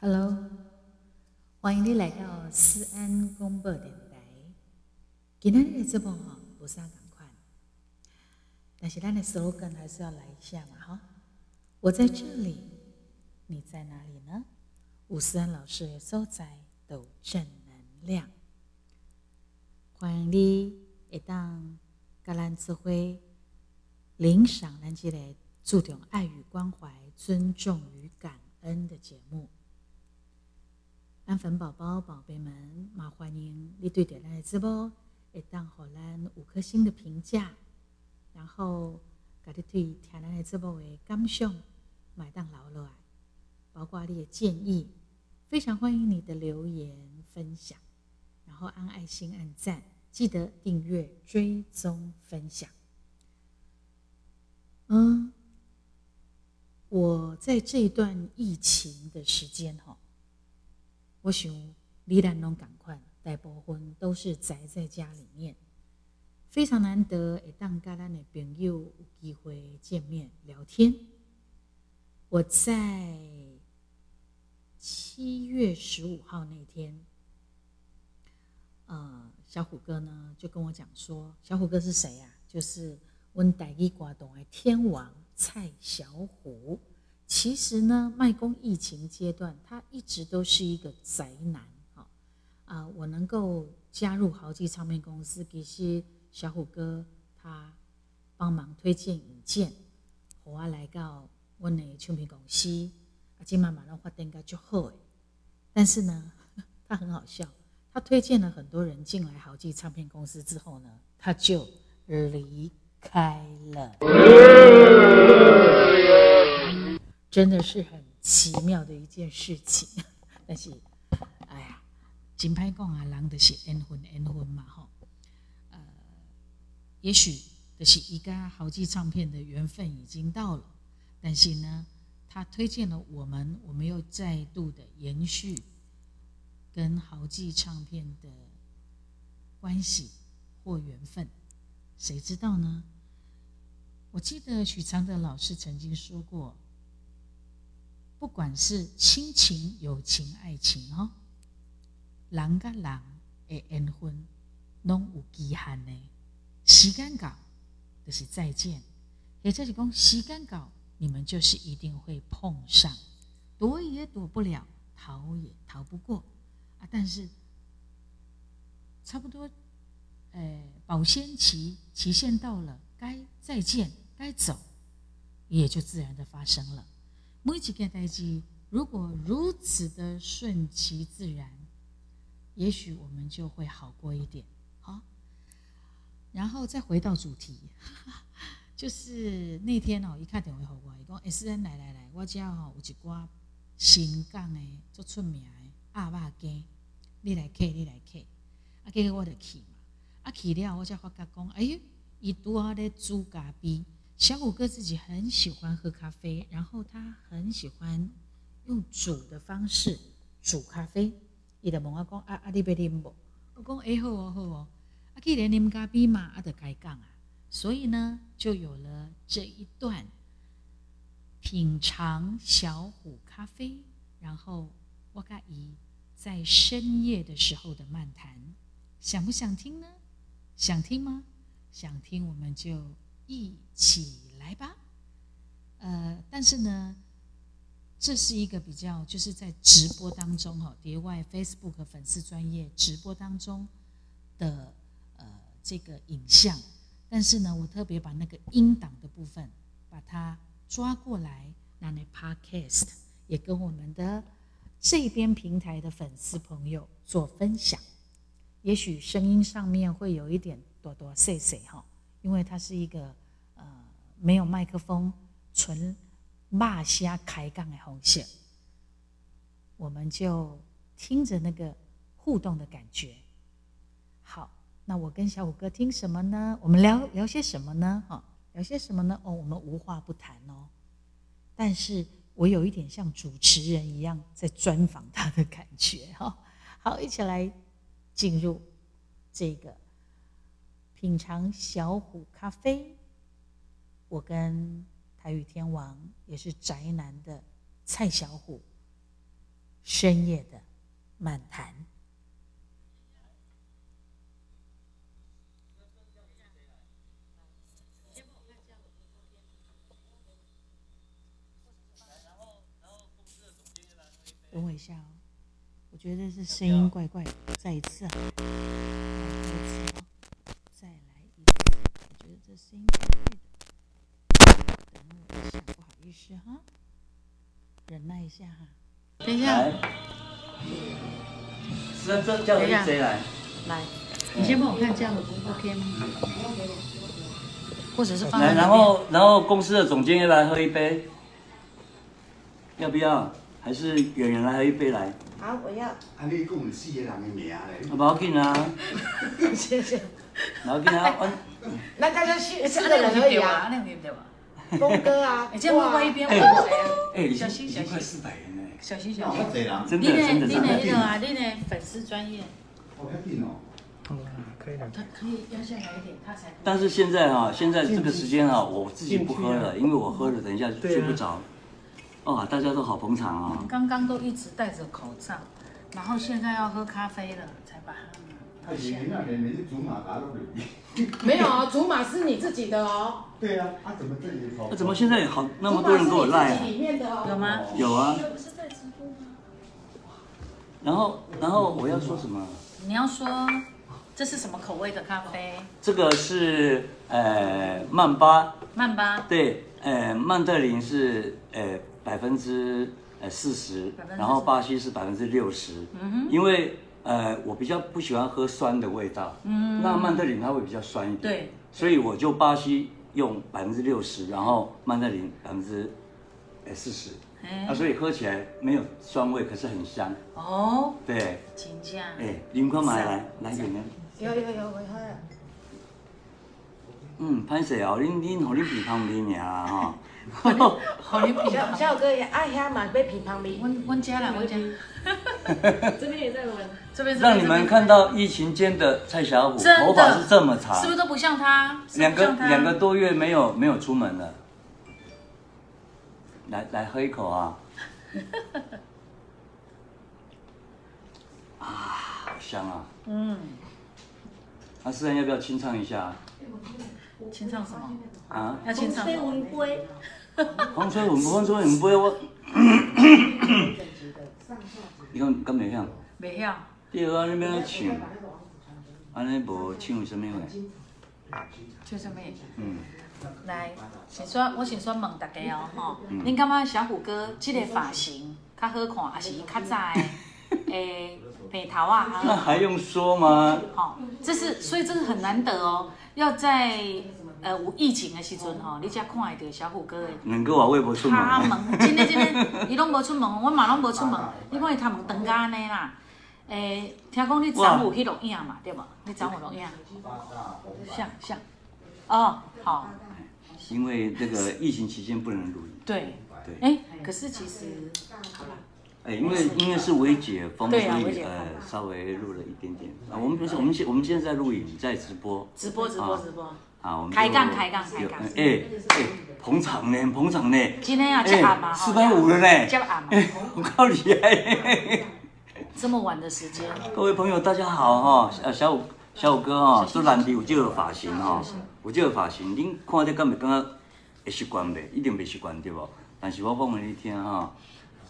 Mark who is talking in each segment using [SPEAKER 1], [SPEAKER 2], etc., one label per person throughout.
[SPEAKER 1] Hello，欢迎你来到思安广播电台。今天的节目吼无啥同款，但是咱的 slogan 还是要来一下嘛哈。我在这里，你在哪里呢？吴思安老师的所在都有正能量，欢迎你会当甲咱做伙领赏咱这个注重爱与关怀、尊重与感恩的节目。咱粉宝宝、宝贝们，嘛欢迎你对点咱的直播，会当互咱五颗星的评价，然后甲你对听咱的直播的感想，买当啊留落来，包括你的建议，非常欢迎你的留言分享，然后按爱心、按赞，记得订阅、追踪、分享。嗯，我在这段疫情的时间哈、我想你咱拢共款，大部分都是宅在家里面，非常难得会当甲咱的朋友有机会见面聊天。我在七月十五号那天，呃，小虎哥呢就跟我讲说，小虎哥是谁呀、就是温傣一瓜懂的天王蔡小虎。其实呢，麦公疫情阶段，他一直都是一个宅男哈。啊、我能够加入豪记唱片公司，其实小虎哥他帮忙推荐引荐，互我来到阮的唱片公司，啊，今慢慢拢发展个就好诶。但是呢，他很好笑，他推荐了很多人进来豪记唱片公司之后呢，他就离开了。真的是很奇妙的一件事情。 但是，哎呀，金牌讲啊，人就是缘分，缘分嘛吼。呃，也许就是一家豪记唱片的缘分已经到了，但是呢，他推荐了我们，我们又再度的延续跟豪记唱片的关系或缘分，谁知道呢？我记得许常德老师曾经说过，不管是亲情、友情、爱情哦，人甲人的缘分拢有期限的，时间到就是再见，也就是讲时间到，你们就是一定会碰上，躲也躲不了，逃也逃不过啊。但是差不多，呃，保鲜期期限到了，该再见，该走，也就自然的发生了。每一件代志如果如此的顺其自然，也许我们就会好过一点。好，然后再回到主题， 就是那天哦，一看电话给我，伊讲：“S N 来来来，我遮吼有一寡新港的足出名的鸭肉羹，你来客，你来客。”啊，结果我就去嘛，啊去了我才发觉讲，哎、伊拄好咧煮咖啡。小虎哥自己很喜欢喝咖啡，然后他很喜欢用煮的方式煮咖啡。伊就问我讲：“啊啊，你要啉无？”我讲：“哎、好哦，好哦。”啊，既然啉咖啡嘛，啊，就开讲啊。所以呢，就有了这一段品尝小虎咖啡，然后我甲伊在深夜的时候的漫谈，想不想听呢？想听吗？想听我们就一起来吧。呃，但是呢，这是一个比较，就是在直播当中哈，叠外 Facebook 粉丝专业直播当中的呃这个影像，但是呢，我特别把那个音档的部分把它抓过来，拿来 Podcast，也跟我们的这边平台的粉丝朋友做分享。也许声音上面会有一点哆哆碎碎哈，因为它是一个呃没有麦克风，纯骂虾开杠的红线，我们就听着那个互动的感觉。好，那我跟小五哥听什么呢？我们聊聊些什么呢？哈、聊些什么呢？哦，我们无话不谈哦，但是我有一点像主持人一样在专访他的感觉哈、好，一起来进入这个品尝小虎咖啡。我跟台语天王也是宅男的蔡小虎
[SPEAKER 2] 深夜的漫谈。等我一下哦，我觉得这声音怪怪的，再一次啊，再来一次啊，再来一次，我觉得这声音怪怪的。等我一下，不好意思哈，忍耐一下哈。等一下
[SPEAKER 3] 来，，真正叫人谁来？
[SPEAKER 2] 来，
[SPEAKER 1] 你先帮我看这样的 OK 吗？或者是放在
[SPEAKER 3] 来，
[SPEAKER 1] 那边
[SPEAKER 3] 然
[SPEAKER 1] 啊
[SPEAKER 3] 后然后公司的总监要来喝一杯，要不要？还是演员来喝一杯来？
[SPEAKER 4] 好，我要
[SPEAKER 5] 啊，你讲有四个人的名咧，
[SPEAKER 3] 啊，不要紧啊，
[SPEAKER 4] 谢谢。
[SPEAKER 3] 不要紧啊，我
[SPEAKER 4] 那大家四四
[SPEAKER 1] 啊
[SPEAKER 4] 个
[SPEAKER 1] 那
[SPEAKER 4] 人
[SPEAKER 1] 个
[SPEAKER 4] 而
[SPEAKER 1] 对
[SPEAKER 4] 已
[SPEAKER 1] 吧？
[SPEAKER 4] 啊，
[SPEAKER 1] 那个对不对吧？
[SPEAKER 4] 峰哥啊，
[SPEAKER 1] 你这样
[SPEAKER 4] 哇
[SPEAKER 1] 问我一边，我是
[SPEAKER 3] 哎
[SPEAKER 1] 谁啊？
[SPEAKER 3] 哎，已经
[SPEAKER 1] 小心
[SPEAKER 3] 已
[SPEAKER 1] 小
[SPEAKER 3] 经快
[SPEAKER 1] 心
[SPEAKER 3] 四百人了，
[SPEAKER 1] 小心小
[SPEAKER 5] 那
[SPEAKER 1] 心
[SPEAKER 5] 么。多人，
[SPEAKER 3] 真
[SPEAKER 1] 你
[SPEAKER 3] 的
[SPEAKER 1] 的
[SPEAKER 3] 真的
[SPEAKER 1] 你
[SPEAKER 3] 真
[SPEAKER 1] 的
[SPEAKER 3] 的，
[SPEAKER 1] 那个啊，你的粉丝专业，
[SPEAKER 5] 好要紧哦。
[SPEAKER 1] 他可以要下来一点，他才
[SPEAKER 3] 但是现在啊，现在这个时间啊，我自己不喝了，因为我喝了等一下就睡不着。哦，大家都好捧场啊！
[SPEAKER 1] 刚刚都一直戴着口罩，然后现在要喝咖啡了才把它
[SPEAKER 5] 啊，
[SPEAKER 1] 拿
[SPEAKER 5] 演
[SPEAKER 1] 下
[SPEAKER 5] 员。那人人是竹马打落里面。
[SPEAKER 4] 没有哦，竹马是你自己的哦，
[SPEAKER 5] 对啊，啊怎么这里好？
[SPEAKER 3] 那怎么现在有好那
[SPEAKER 4] 竹
[SPEAKER 3] 么
[SPEAKER 4] 马
[SPEAKER 3] 多人
[SPEAKER 4] 是
[SPEAKER 3] 跟我
[SPEAKER 4] 你
[SPEAKER 3] 赖
[SPEAKER 4] 自
[SPEAKER 3] 啊
[SPEAKER 4] 己？里面的
[SPEAKER 1] 有
[SPEAKER 4] 哦，
[SPEAKER 1] 吗？
[SPEAKER 3] 有啊。然后，然后我要说什么？
[SPEAKER 1] 你要说这是什么口味的咖啡？
[SPEAKER 3] 这个是呃曼巴，
[SPEAKER 1] 曼巴，
[SPEAKER 3] 对，呃曼特林是呃百分之呃四十
[SPEAKER 1] 40%，
[SPEAKER 3] 然后巴西是百分之六十。嗯因为呃我比较不喜欢喝酸的味道，嗯，那曼特林它会比较酸一点，
[SPEAKER 1] 对，
[SPEAKER 3] 所以我就巴西用百分之六十，然后曼特林百分之呃四十，
[SPEAKER 1] 哎、
[SPEAKER 3] 啊，所以喝起来没有酸味，可是很香。
[SPEAKER 1] 哦，
[SPEAKER 3] 对，
[SPEAKER 1] 请假。
[SPEAKER 3] 哎，林坤买来来给呢。
[SPEAKER 4] 有有有，我喝了。
[SPEAKER 3] 嗯，潘水哦，恁恁互恁鼻旁边尔啦吼。
[SPEAKER 1] 好，你比
[SPEAKER 4] 小
[SPEAKER 1] 较。
[SPEAKER 4] 小哥也爱喝嘛，被品旁边。
[SPEAKER 1] 温温家啦，温家，
[SPEAKER 6] 这边也在闻，
[SPEAKER 1] 这边
[SPEAKER 3] 让你们看，到疫情间的蔡小虎
[SPEAKER 1] 真的
[SPEAKER 3] 头发是这么长
[SPEAKER 1] 是，不是都不像他？是不是
[SPEAKER 3] 两
[SPEAKER 1] 不
[SPEAKER 3] 个
[SPEAKER 1] 像他
[SPEAKER 3] 两个多月没有没有出门了。来来喝一口啊！啊，好香啊！
[SPEAKER 1] 嗯，
[SPEAKER 3] 啊，思然要不要清唱一下
[SPEAKER 1] 清唱什么？
[SPEAKER 3] 啊？
[SPEAKER 1] 要清唱什么？
[SPEAKER 6] 文龟，
[SPEAKER 3] 风吹云，风吹云飞我。你讲敢袂晓？
[SPEAKER 1] 没要，
[SPEAKER 3] 对啊，你要怎唱？安尼无唱什么话？
[SPEAKER 1] 就这么一个
[SPEAKER 3] 嗯，
[SPEAKER 1] 来，先说，我先说问大家哦，吼、
[SPEAKER 3] 嗯
[SPEAKER 1] 恁感觉小虎哥这个发型较好看，还是伊较早 的诶平头啊？
[SPEAKER 3] 那还用说吗？
[SPEAKER 1] 吼，这是所以这个很难得哦，要在呃有疫情的时阵吼，你才看得到小虎哥的
[SPEAKER 3] 能够啊，我也不出门。
[SPEAKER 1] 他门，真的真的，伊拢无出 门，我嘛拢无出门。你看伊他门长甲安尼啦，诶、听讲你昨有去录影嘛，对无？你昨有录影，像像，哦，好，
[SPEAKER 3] 因为这个疫情期间不能录音，
[SPEAKER 1] 对，
[SPEAKER 3] 对，
[SPEAKER 1] 哎、可是其实
[SPEAKER 3] 哎，因为因为是微解封，所
[SPEAKER 1] 对啊微
[SPEAKER 3] 以
[SPEAKER 1] 解封
[SPEAKER 3] 呃稍微录了一点点。啊，我们不是我们现我们现在在录影，在直播
[SPEAKER 1] 直播直播
[SPEAKER 3] 啊
[SPEAKER 1] 直播，
[SPEAKER 3] 啊，我们就
[SPEAKER 1] 开杠开杠开杠
[SPEAKER 3] 有哎哎，捧场呢，捧场呢，
[SPEAKER 1] 今天啊，吃暗嘛，
[SPEAKER 3] 哎，四百五了呢，
[SPEAKER 1] 吃暗嘛，
[SPEAKER 3] 哎，我靠你哎！
[SPEAKER 1] 这么晚的时间，
[SPEAKER 3] 各位朋友，大家好哈、呃，小五小五哥哈、做难得有这个发型哈、有这个发型，恁看这敢袂感觉会习惯袂？一定袂习惯对不？但是我讲给你听哈、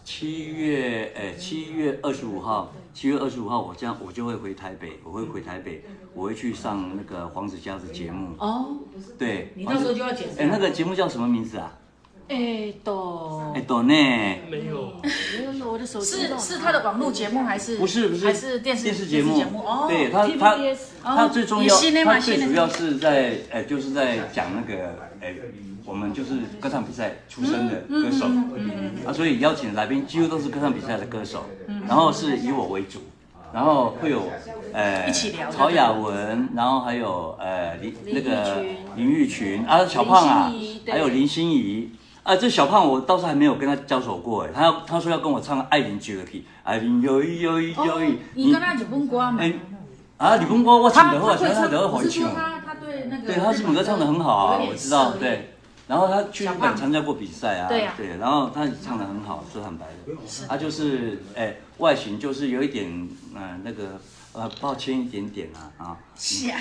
[SPEAKER 3] 七月诶，七月二十五号，七月二十五号，我这样我就会回台北，我会回台北，我会去上那个黄子佼的节目。
[SPEAKER 1] 哦，
[SPEAKER 3] 对，
[SPEAKER 1] 你到时候就要剪
[SPEAKER 3] 哎，那个节目叫什么名字啊？
[SPEAKER 1] 哎，都
[SPEAKER 3] 哎，懂呢？
[SPEAKER 6] 没有，没有，我的手机
[SPEAKER 1] 是是他的网络节目还是
[SPEAKER 3] 不是不是，
[SPEAKER 1] 还是电视
[SPEAKER 3] 电视节目？
[SPEAKER 1] 电视哦，
[SPEAKER 3] 对他他
[SPEAKER 6] TVBS
[SPEAKER 3] 他最重要
[SPEAKER 1] 哦也是，呢嘛
[SPEAKER 3] 他最
[SPEAKER 1] 是呢
[SPEAKER 3] 主要是在呃就是在讲那个呃我们就是歌唱比赛出身
[SPEAKER 1] 嗯
[SPEAKER 3] 的歌手啊，所以邀请的来宾几乎都是歌唱比赛的歌手，
[SPEAKER 5] 嗯
[SPEAKER 3] 然后是以我为主。然后会有，呃，
[SPEAKER 1] 一起聊
[SPEAKER 3] 曹雅文，然后还有呃林那个
[SPEAKER 6] 林
[SPEAKER 3] 林玉群啊，小胖啊
[SPEAKER 6] 林心怡，对
[SPEAKER 3] 还有林心怡啊，这小胖我倒是还没有跟他交手过哎，他要他说要跟我唱《爱情 G 的 K》，爱情有一有一有一
[SPEAKER 1] 哦，，你跟他日本歌嘛
[SPEAKER 3] 哎？啊，你问过我
[SPEAKER 1] 他
[SPEAKER 3] 唱的话，
[SPEAKER 1] 会
[SPEAKER 3] 他
[SPEAKER 1] 唱，
[SPEAKER 3] 得
[SPEAKER 1] 我
[SPEAKER 3] 好
[SPEAKER 1] 是说
[SPEAKER 3] 唱。
[SPEAKER 1] 他他对那个
[SPEAKER 3] 对，他日本歌唱的很好啊，我知道。对，然后他去日
[SPEAKER 4] 小
[SPEAKER 3] 本
[SPEAKER 4] 胖
[SPEAKER 3] 参加过比赛啊，
[SPEAKER 4] 对啊
[SPEAKER 3] 然后他唱的很好，说坦白的，他就是哎、外形就是有一点嗯、呃那个呃抱歉一点点啊啊，
[SPEAKER 1] 是啊，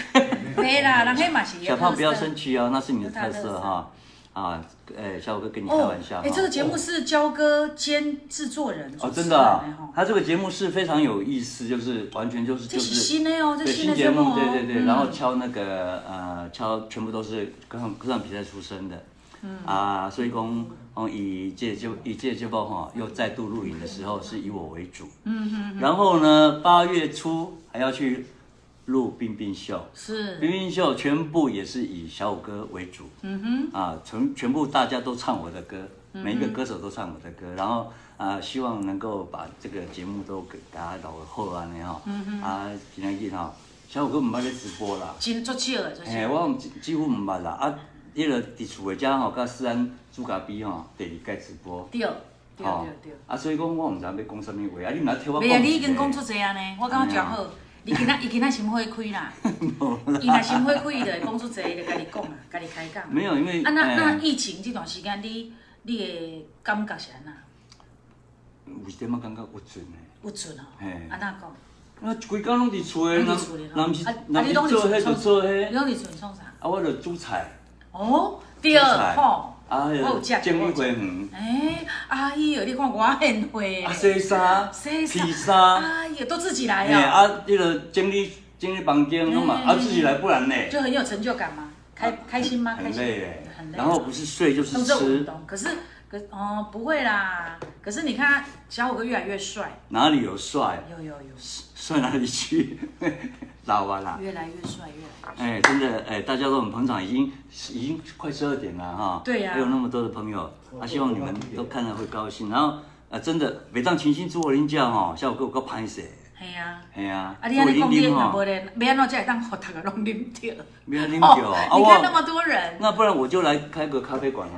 [SPEAKER 1] 没啦，人迄嘛是
[SPEAKER 3] 小胖不要生
[SPEAKER 1] 气。
[SPEAKER 3] 气哦，那是你的特
[SPEAKER 1] 有他的特
[SPEAKER 3] 色
[SPEAKER 1] 色
[SPEAKER 3] 哈啊，哎、小五哥跟你开
[SPEAKER 1] 哦
[SPEAKER 3] 玩笑，哈
[SPEAKER 1] 哎，这个节目是焦哥兼制作人
[SPEAKER 3] 啊哦
[SPEAKER 1] 主持
[SPEAKER 3] 真
[SPEAKER 1] 人
[SPEAKER 3] 的、啊
[SPEAKER 1] 哎吼，
[SPEAKER 3] 他这个节目是非常有意思，就是完全就是
[SPEAKER 1] 这
[SPEAKER 3] 就是是。
[SPEAKER 1] 新的哦，这
[SPEAKER 3] 对
[SPEAKER 1] 新
[SPEAKER 3] 新
[SPEAKER 1] 的
[SPEAKER 3] 节
[SPEAKER 1] 节目
[SPEAKER 3] 目，
[SPEAKER 1] 哦，
[SPEAKER 3] 对对对，
[SPEAKER 1] 嗯
[SPEAKER 3] 然后敲那个呃，敲全部都是歌唱歌唱比赛出身的，
[SPEAKER 1] 嗯
[SPEAKER 3] 啊，所以讲，哦，以届就以届就报哈，又再度录影的时候是以我为主，嗯嗯，然后呢，八月初还要去录冰冰秀，
[SPEAKER 1] 是
[SPEAKER 3] 冰冰秀全部也是以小五哥为主，嗯哼，啊，全全部大家都唱我的歌，每一
[SPEAKER 1] 嗯
[SPEAKER 3] 个歌手都唱我的歌，然后啊，希望能够把这个节目都给大家留好安尼吼，
[SPEAKER 1] 嗯
[SPEAKER 3] 啊，今天日吼，小五哥唔捌咧直播啦，
[SPEAKER 1] 真足少的，足
[SPEAKER 3] 嘿，
[SPEAKER 1] 少。
[SPEAKER 3] 我唔几几乎唔捌啦，啊，迄个伫厝诶遮吼，甲思安朱咖比吼，第二届直播，
[SPEAKER 1] 对对
[SPEAKER 3] 吼
[SPEAKER 1] 对对。
[SPEAKER 3] 啊，所以讲我唔知道要讲啥物话，啊，你唔来听我
[SPEAKER 1] 袂啊，
[SPEAKER 3] 讲
[SPEAKER 1] 你已
[SPEAKER 3] 一
[SPEAKER 1] 经讲出
[SPEAKER 3] 下。
[SPEAKER 1] 济安尼，我感觉真
[SPEAKER 3] 哎
[SPEAKER 1] 好。你今仔伊今仔心花开 啦，伊若心花开，伊就会讲出济，伊就家己讲啊， 家己开讲。
[SPEAKER 3] 没有，因为
[SPEAKER 1] 啊，那那
[SPEAKER 3] 哎
[SPEAKER 1] 疫情这段时间，你你的感觉是安那？
[SPEAKER 3] 有一点仔感觉有准诶。
[SPEAKER 1] 有准哦，
[SPEAKER 3] 嘿
[SPEAKER 1] 安那讲？
[SPEAKER 3] 啊，规工拢伫厝诶，
[SPEAKER 1] 拢
[SPEAKER 3] 人
[SPEAKER 1] 伫厝里吼
[SPEAKER 3] 人是
[SPEAKER 1] 啊啊
[SPEAKER 3] 人
[SPEAKER 1] 你
[SPEAKER 3] 是
[SPEAKER 1] 拢伫
[SPEAKER 3] 做
[SPEAKER 1] 厝
[SPEAKER 3] 迄就做
[SPEAKER 1] 你
[SPEAKER 3] 迄，
[SPEAKER 1] 讲你准创啥？
[SPEAKER 3] 啊，我著煮菜，
[SPEAKER 1] 哦，
[SPEAKER 3] 煮
[SPEAKER 1] 对
[SPEAKER 3] 菜，
[SPEAKER 1] 吼，
[SPEAKER 3] 啊，
[SPEAKER 1] 我有食
[SPEAKER 3] 迄种玫
[SPEAKER 1] 过。
[SPEAKER 3] 瑰园，
[SPEAKER 1] 哎，阿姨哦，你看我很会
[SPEAKER 3] 啊，，洗衫，
[SPEAKER 1] 洗衫
[SPEAKER 3] 披衫，
[SPEAKER 1] 阿哎姨都自己来
[SPEAKER 3] 嘿，
[SPEAKER 1] 哦，
[SPEAKER 3] 啊，迄个整理整理房间拢嘛，
[SPEAKER 1] 嗯
[SPEAKER 3] 啊，自己来不然呢，
[SPEAKER 1] 就很有成就感嘛，开开心吗？开
[SPEAKER 3] 很
[SPEAKER 1] 心
[SPEAKER 3] 累嘞，
[SPEAKER 1] 很累。
[SPEAKER 3] 然后不是睡就是
[SPEAKER 1] 都是运
[SPEAKER 3] 吃，
[SPEAKER 1] 动，可是可哦不会啦，可是你看小五哥越来越帅，
[SPEAKER 3] 哪里有帅，
[SPEAKER 1] 有有有，
[SPEAKER 3] 帅哪里去， 老啊啦。
[SPEAKER 1] 越来越帅越来越帅。
[SPEAKER 3] 哎，真的，哎，大家都很捧场，已经已经快十二点了哈。
[SPEAKER 1] 对呀
[SPEAKER 3] 还有那么多的朋友，啊，希望你们都看了会高兴。然后，呃，真的，每当情形做我人家哈，下午给我个拍摄，
[SPEAKER 1] 嘿啊，
[SPEAKER 3] 哎呀，
[SPEAKER 1] 啊你安尼讲你若无
[SPEAKER 3] 哈，
[SPEAKER 1] 咧，要安怎才会当互逐个拢啉着？
[SPEAKER 3] 没有啉酒啊，
[SPEAKER 1] 哦，你看那
[SPEAKER 3] 我
[SPEAKER 1] 么多人，
[SPEAKER 3] 那不然我就来开个咖啡馆好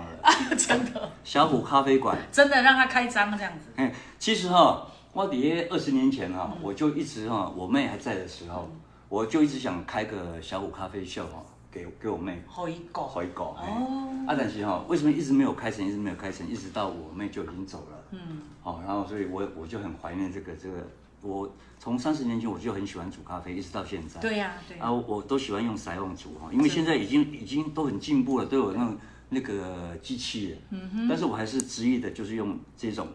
[SPEAKER 3] 了，
[SPEAKER 1] 真的
[SPEAKER 3] 小虎咖啡馆。
[SPEAKER 1] 真的让他开张这样子，
[SPEAKER 3] 哎，其实哈，我底二十年前哈，我就一直哈，我妹还在的时候，我就一直想开个小虎咖啡秀哈，给给我妹。
[SPEAKER 1] 好一个
[SPEAKER 3] 回狗。嘿
[SPEAKER 1] 哦
[SPEAKER 3] 啊，但是哈、为什么一直没有开成，一直没有开成，一直到我妹就已经走了。嗯。好、然后所以我我就很怀念这个这个，我从三十年前我就很喜欢煮咖啡，一直到现在。
[SPEAKER 1] 对呀对
[SPEAKER 3] 啊，
[SPEAKER 1] 呀，
[SPEAKER 3] 我我都喜欢用筛用煮哈，因为现在已经已经都很进步了，都有那种那个机器了。嗯哼。但是我还是执意的，就是用这种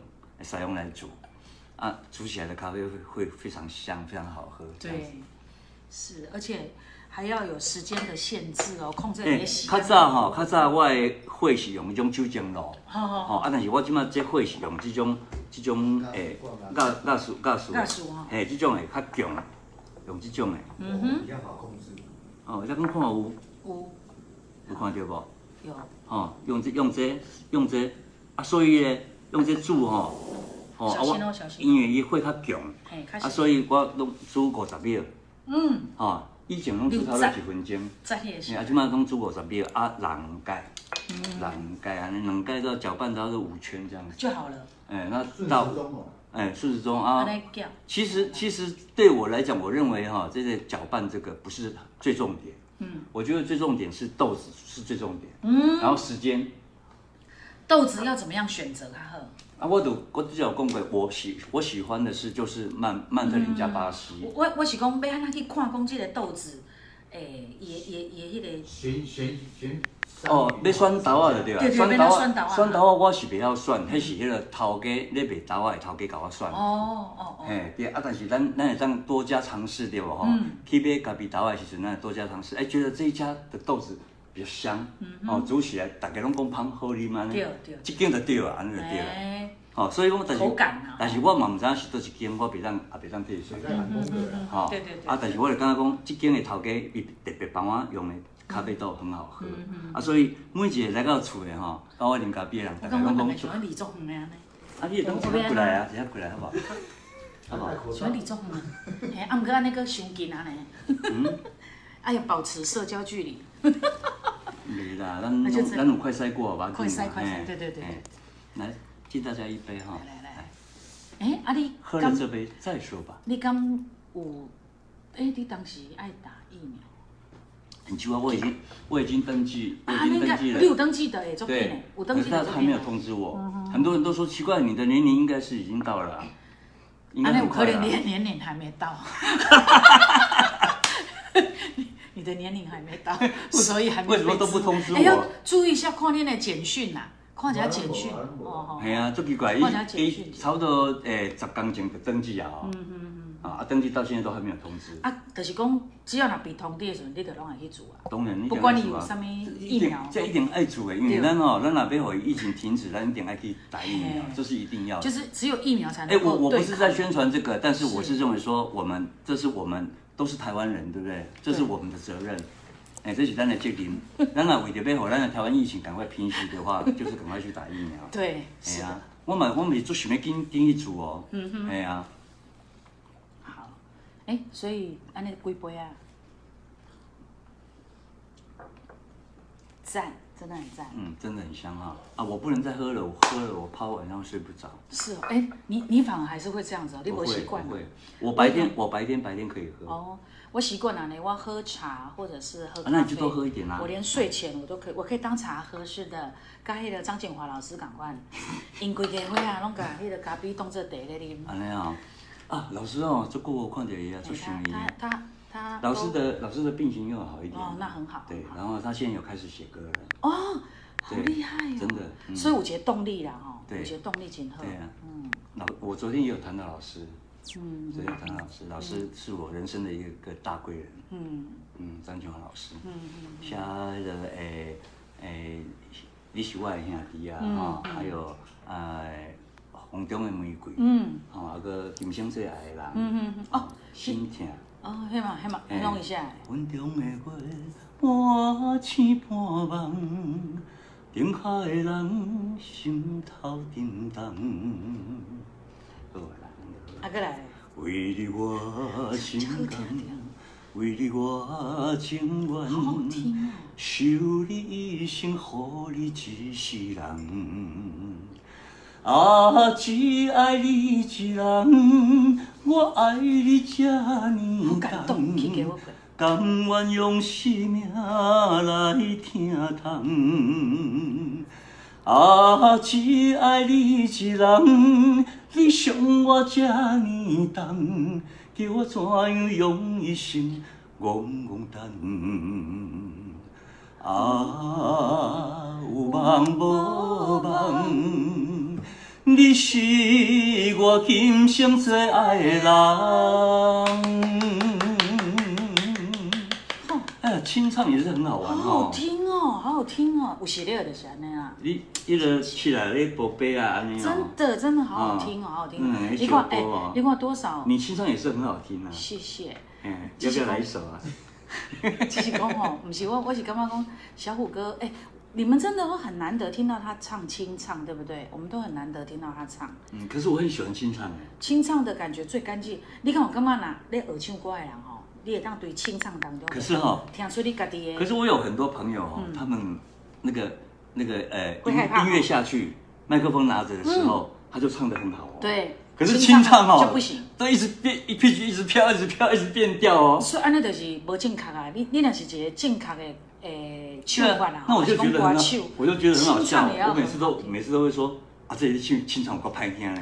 [SPEAKER 3] 筛用来煮，啊，煮起来的咖啡会会非常香，非常好喝。哎这样子。
[SPEAKER 1] 对，是，而且还要有时间的限制哦，控制你
[SPEAKER 3] 诶
[SPEAKER 1] 的，喜
[SPEAKER 3] 较
[SPEAKER 1] 好。
[SPEAKER 3] 早吼，较早我的火是用迄种酒精炉，
[SPEAKER 1] 好好，
[SPEAKER 3] 吼啊，但是我即摆这火是用即种即种诶，甲甲树甲树，
[SPEAKER 1] 蜡烛哦
[SPEAKER 3] 嘿，即种诶较强，用即种诶，
[SPEAKER 5] 比较好控制。
[SPEAKER 3] 哦，你讲看有
[SPEAKER 1] 有
[SPEAKER 3] 有看着无？
[SPEAKER 1] 有
[SPEAKER 3] 吼，用这用这用这，啊，所以咧用这煮吼，吼
[SPEAKER 1] 小心哦小心
[SPEAKER 3] 因为伊火较强，
[SPEAKER 1] 嘿开
[SPEAKER 3] 啊，
[SPEAKER 1] 始，
[SPEAKER 3] 所以我拢煮五十秒，
[SPEAKER 1] 嗯，
[SPEAKER 3] 吼，以前拢煮差不多一分钟。
[SPEAKER 1] 这也是
[SPEAKER 3] 啊，即摆拢煮五十秒，啊，两盖，两盖安尼，两盖到搅拌差不多五圈这样子。
[SPEAKER 1] 嗯就好了，
[SPEAKER 3] 哎、那
[SPEAKER 5] 顺时
[SPEAKER 3] 到
[SPEAKER 5] 钟哦，
[SPEAKER 3] 哎顺时钟啊
[SPEAKER 1] 安。尼叫。
[SPEAKER 3] 其实其实对我来讲，我认为哈、这个搅拌这个不是最重点。嗯，我觉得最重点是豆子是最重点。嗯，然后时间
[SPEAKER 1] 豆子要怎么样选择啊？呵，
[SPEAKER 3] 啊，我都我之前有讲过，我喜我喜欢的是就是曼曼特林加巴西。
[SPEAKER 1] 我我我是讲要安那去看讲这个豆子，诶、也也也迄个
[SPEAKER 5] 选选选。
[SPEAKER 3] 哦，要选豆啊，就对啊，
[SPEAKER 1] 对对
[SPEAKER 3] 选
[SPEAKER 1] 要
[SPEAKER 3] 豆
[SPEAKER 1] 选豆
[SPEAKER 3] 啊，
[SPEAKER 1] 啊
[SPEAKER 3] 选豆啊，我是袂晓选，迄是迄个头家咧卖豆啊的头家甲我选。
[SPEAKER 1] 哦哦哦，
[SPEAKER 3] 哎，对啊，但是咱咱也当多加尝试对不吼？
[SPEAKER 1] 嗯
[SPEAKER 3] 去买咖啡豆的时阵，咱也多加尝试，哎，觉得这一家的豆子比较香，哦，煮起来大家拢讲芳好啉安
[SPEAKER 1] 嗯
[SPEAKER 3] 尼
[SPEAKER 1] 对对
[SPEAKER 3] 这间就对啊，安尼就对啊。
[SPEAKER 1] 哎、
[SPEAKER 3] 哦，所以讲，但是
[SPEAKER 1] 口感啊
[SPEAKER 3] 但是我嘛毋知影是倒一间，我袂当也袂当退税
[SPEAKER 5] 水。在南宫
[SPEAKER 6] 嗯
[SPEAKER 5] 的人，
[SPEAKER 3] 吼，
[SPEAKER 1] 对对对
[SPEAKER 3] 啊，但是我就感觉讲，即间的头家伊特别帮我用的咖啡豆很好喝，啊，所以每一个来到厝的吼，甲我啉咖啡的人，
[SPEAKER 1] 嗯我
[SPEAKER 3] 大家
[SPEAKER 1] 感觉两
[SPEAKER 3] 拢讲
[SPEAKER 1] 个，喜欢李宗恒的安尼，
[SPEAKER 3] 啊，你会当一下过来啊，一下过来好不好？好不好？
[SPEAKER 1] 喜欢李宗恒啊， 嘿，啊，毋过安尼个伤近安尼，
[SPEAKER 3] 嗯
[SPEAKER 6] 啊
[SPEAKER 1] 哎呀，保持社交距离，
[SPEAKER 3] 没啦，啊咱
[SPEAKER 1] 那就这
[SPEAKER 3] 咱咱有快筛过吧？
[SPEAKER 1] 快筛快筛
[SPEAKER 3] 哎
[SPEAKER 1] 对对对
[SPEAKER 3] 哎来敬大家一杯哈
[SPEAKER 1] 来，来来，诶、啊你
[SPEAKER 3] 喝了这杯再说吧。
[SPEAKER 1] 你敢有？诶、你当时爱打疫苗？
[SPEAKER 3] 很奇怪，我已经我已经登记，我已
[SPEAKER 6] 啊，
[SPEAKER 3] 经
[SPEAKER 6] 那
[SPEAKER 3] 登
[SPEAKER 6] 个
[SPEAKER 3] 记了。
[SPEAKER 6] 六登记的哎，作品
[SPEAKER 3] 对
[SPEAKER 6] 哎，，我
[SPEAKER 3] 可
[SPEAKER 6] 登
[SPEAKER 3] 是
[SPEAKER 6] 记
[SPEAKER 3] 他
[SPEAKER 6] 的
[SPEAKER 3] 他没有
[SPEAKER 6] 作
[SPEAKER 3] 通知我，
[SPEAKER 6] 嗯
[SPEAKER 3] 很多人都说奇怪，你的年龄应该是已经到了、啊，应
[SPEAKER 6] 品啊，
[SPEAKER 3] 该
[SPEAKER 6] 那
[SPEAKER 3] 很
[SPEAKER 6] 我可
[SPEAKER 3] 快
[SPEAKER 6] 能
[SPEAKER 3] 了、
[SPEAKER 6] 年年龄还没 到，你的年龄还没到，所以还没
[SPEAKER 3] 为什么
[SPEAKER 6] 被
[SPEAKER 3] 都不
[SPEAKER 6] 知
[SPEAKER 3] 通知
[SPEAKER 6] 哎要
[SPEAKER 3] 我
[SPEAKER 6] 注意一下看你的简讯呐，看一下简讯，
[SPEAKER 5] 我还没有
[SPEAKER 6] 哦
[SPEAKER 3] 系啊，足奇怪，伊
[SPEAKER 6] 或者简讯
[SPEAKER 3] 伊差不多诶十工前就登记啊、哦，嗯嗯嗯，啊登记到现在都还没有通知。
[SPEAKER 6] 啊，就是讲只要若被通知的时候，你就拢会去做啊。
[SPEAKER 3] 当然，你
[SPEAKER 6] 不
[SPEAKER 3] 讲
[SPEAKER 6] 管
[SPEAKER 3] 得
[SPEAKER 6] 你
[SPEAKER 3] 出
[SPEAKER 6] 有
[SPEAKER 3] 啊
[SPEAKER 6] 啥物
[SPEAKER 3] 这
[SPEAKER 6] 疫
[SPEAKER 3] 一定
[SPEAKER 6] 苗
[SPEAKER 3] 这一定爱做的，因为
[SPEAKER 6] 对
[SPEAKER 3] 咱哦，咱若要互疫情停止，咱一定爱去打疫苗
[SPEAKER 6] 嘿，
[SPEAKER 3] 这是一定要的。
[SPEAKER 6] 就是只有疫苗才
[SPEAKER 3] 哎、
[SPEAKER 6] 能
[SPEAKER 3] 我
[SPEAKER 6] 够
[SPEAKER 3] 我不
[SPEAKER 6] 对
[SPEAKER 3] 是在
[SPEAKER 6] 抗。
[SPEAKER 3] 宣传这个，但是我
[SPEAKER 6] 是
[SPEAKER 3] 是认为说，我们这是我们都是台湾人，对不对？这是我们的责任。哎、这是咱的责任。咱若为着要让咱的台湾疫情赶快平息的话，就是赶快去打疫苗。
[SPEAKER 6] 对，
[SPEAKER 3] 哎
[SPEAKER 6] 是
[SPEAKER 3] 呀、
[SPEAKER 6] 的。
[SPEAKER 3] 我们我们也做想要跟跟一组哦。嗯哼。哎呀、
[SPEAKER 6] 好，哎，所以安尼几杯啊？赞，真的很赞。
[SPEAKER 3] 嗯，真的很香哈、啊！我不能再喝了，我喝了我怕我晚上睡不着。
[SPEAKER 6] 是哦，哎，你你反而还是会这样子哦，你
[SPEAKER 3] 不
[SPEAKER 6] 不
[SPEAKER 3] 会
[SPEAKER 6] 习
[SPEAKER 3] 不
[SPEAKER 6] 惯哦
[SPEAKER 3] 会，我白天我白天白天可以喝。
[SPEAKER 6] 哦，我习惯了呢，我喝茶或者是喝咖
[SPEAKER 3] 啊
[SPEAKER 6] 啡，
[SPEAKER 3] 那你就多喝一点啦
[SPEAKER 6] 我连睡前我都可以，我可以当茶喝，是的。甲迄个张建华老师同 款，因规家伙啊，拢甲迄个咖啡当做茶咧啉。
[SPEAKER 3] 安尼啊，
[SPEAKER 6] 嗯
[SPEAKER 3] 啊，老师哦，这过我看点伊啊，做生
[SPEAKER 6] 哎
[SPEAKER 3] 意。
[SPEAKER 6] 他他他他
[SPEAKER 3] 老师
[SPEAKER 6] 都
[SPEAKER 3] 的老师的病情又好一点。
[SPEAKER 6] 哦那很好
[SPEAKER 3] 对
[SPEAKER 6] 很，好哦
[SPEAKER 3] 然后他现在有开始写歌了。
[SPEAKER 6] 好厉害哦，
[SPEAKER 3] 真的嗯
[SPEAKER 6] 所以我觉得动力啦吼，
[SPEAKER 3] 对
[SPEAKER 6] 我觉得动力真好。
[SPEAKER 3] 对啊
[SPEAKER 6] 嗯
[SPEAKER 3] 老我昨天也有谈到老师，
[SPEAKER 6] 嗯
[SPEAKER 3] 昨天有谈到老师，老师是我人生的一个个大贵人。
[SPEAKER 6] 嗯
[SPEAKER 3] 嗯，张琼华老师。
[SPEAKER 6] 嗯嗯，
[SPEAKER 3] 写迄个诶诶，你是我的兄弟啊，
[SPEAKER 6] 嗯
[SPEAKER 3] 吼，还有啊，红中的玫瑰，
[SPEAKER 6] 嗯，
[SPEAKER 3] 吼，啊个今生最爱的人，
[SPEAKER 6] 嗯嗯哦，
[SPEAKER 3] 心疼，
[SPEAKER 6] 哦，迄嘛迄嘛，
[SPEAKER 4] 哎
[SPEAKER 3] 嘿
[SPEAKER 6] 弄一下。
[SPEAKER 4] 啊
[SPEAKER 3] 云中的月，满星半梦，灯下的人心头沉重。好啊啦，
[SPEAKER 6] 啊，过来，
[SPEAKER 3] 为你我情
[SPEAKER 6] 这
[SPEAKER 3] 甘
[SPEAKER 6] 好听对啊，
[SPEAKER 3] 为你我情愿。
[SPEAKER 6] 好好听哦。
[SPEAKER 3] 收你一生，予你一世人。啊，只爱你一人，我爱你这
[SPEAKER 6] 好
[SPEAKER 3] 呢
[SPEAKER 6] 感动，去给我滚。
[SPEAKER 3] 甘愿用性命来疼痛。啊，只爱你一人，你伤我这呢重，叫我怎样用一生戆戆等？啊，有梦无梦，你是我今生最爱的人。哎，清唱也是很好玩
[SPEAKER 6] 好
[SPEAKER 3] 哦
[SPEAKER 6] 好。听哦，好好听哦，有系列就是安尼啊，
[SPEAKER 3] 你一个起来咧，宝贝啊，安尼哦
[SPEAKER 6] 真。的真的好好听哦，好好听哦。
[SPEAKER 3] 嗯
[SPEAKER 6] 你看，
[SPEAKER 3] 那
[SPEAKER 6] 哎
[SPEAKER 3] 首歌啊，
[SPEAKER 6] 你看多少？
[SPEAKER 3] 你清唱也是很好听啊。
[SPEAKER 6] 谢谢。
[SPEAKER 3] 哎，要不要来一首啊？
[SPEAKER 6] 其实讲哦，不是我，我是感觉讲小虎哥，哎、你们真的都很难得听到他唱清唱，对不对？我们都很难得听到他唱
[SPEAKER 3] 嗯，可是我很喜欢清唱哎。
[SPEAKER 6] 清唱的感觉最干净。你看我感觉啦，你学唱歌的人吼，你会当对清唱当中，
[SPEAKER 3] 可是哈，
[SPEAKER 6] 听出你家己
[SPEAKER 3] 可
[SPEAKER 6] 的，嗯
[SPEAKER 3] 是我有很多朋友哦，他们那个那个呃
[SPEAKER 6] 会害怕
[SPEAKER 3] 音
[SPEAKER 6] 哦嗯
[SPEAKER 3] 音乐下去，麦克风拿着的时候，他就唱得很好哦。。
[SPEAKER 6] 对，
[SPEAKER 3] 可是清唱哦
[SPEAKER 6] 就不行。
[SPEAKER 3] 都一直变一 pitch 一直飘，一直飘，一直变调哦。
[SPEAKER 6] 所以安尼就是无正确啊！你你若是一个正确的呃诶手法啦，
[SPEAKER 3] 那我就
[SPEAKER 6] 还
[SPEAKER 3] 觉
[SPEAKER 6] 是
[SPEAKER 3] 得
[SPEAKER 6] 讲
[SPEAKER 3] 很啊好
[SPEAKER 6] 歌啊手，
[SPEAKER 3] 我就觉得很好
[SPEAKER 6] 清
[SPEAKER 3] 笑
[SPEAKER 6] 唱也。要
[SPEAKER 3] 我每次都
[SPEAKER 6] 很好听
[SPEAKER 3] 每次都会说啊，这里清清唱我拍天嘞。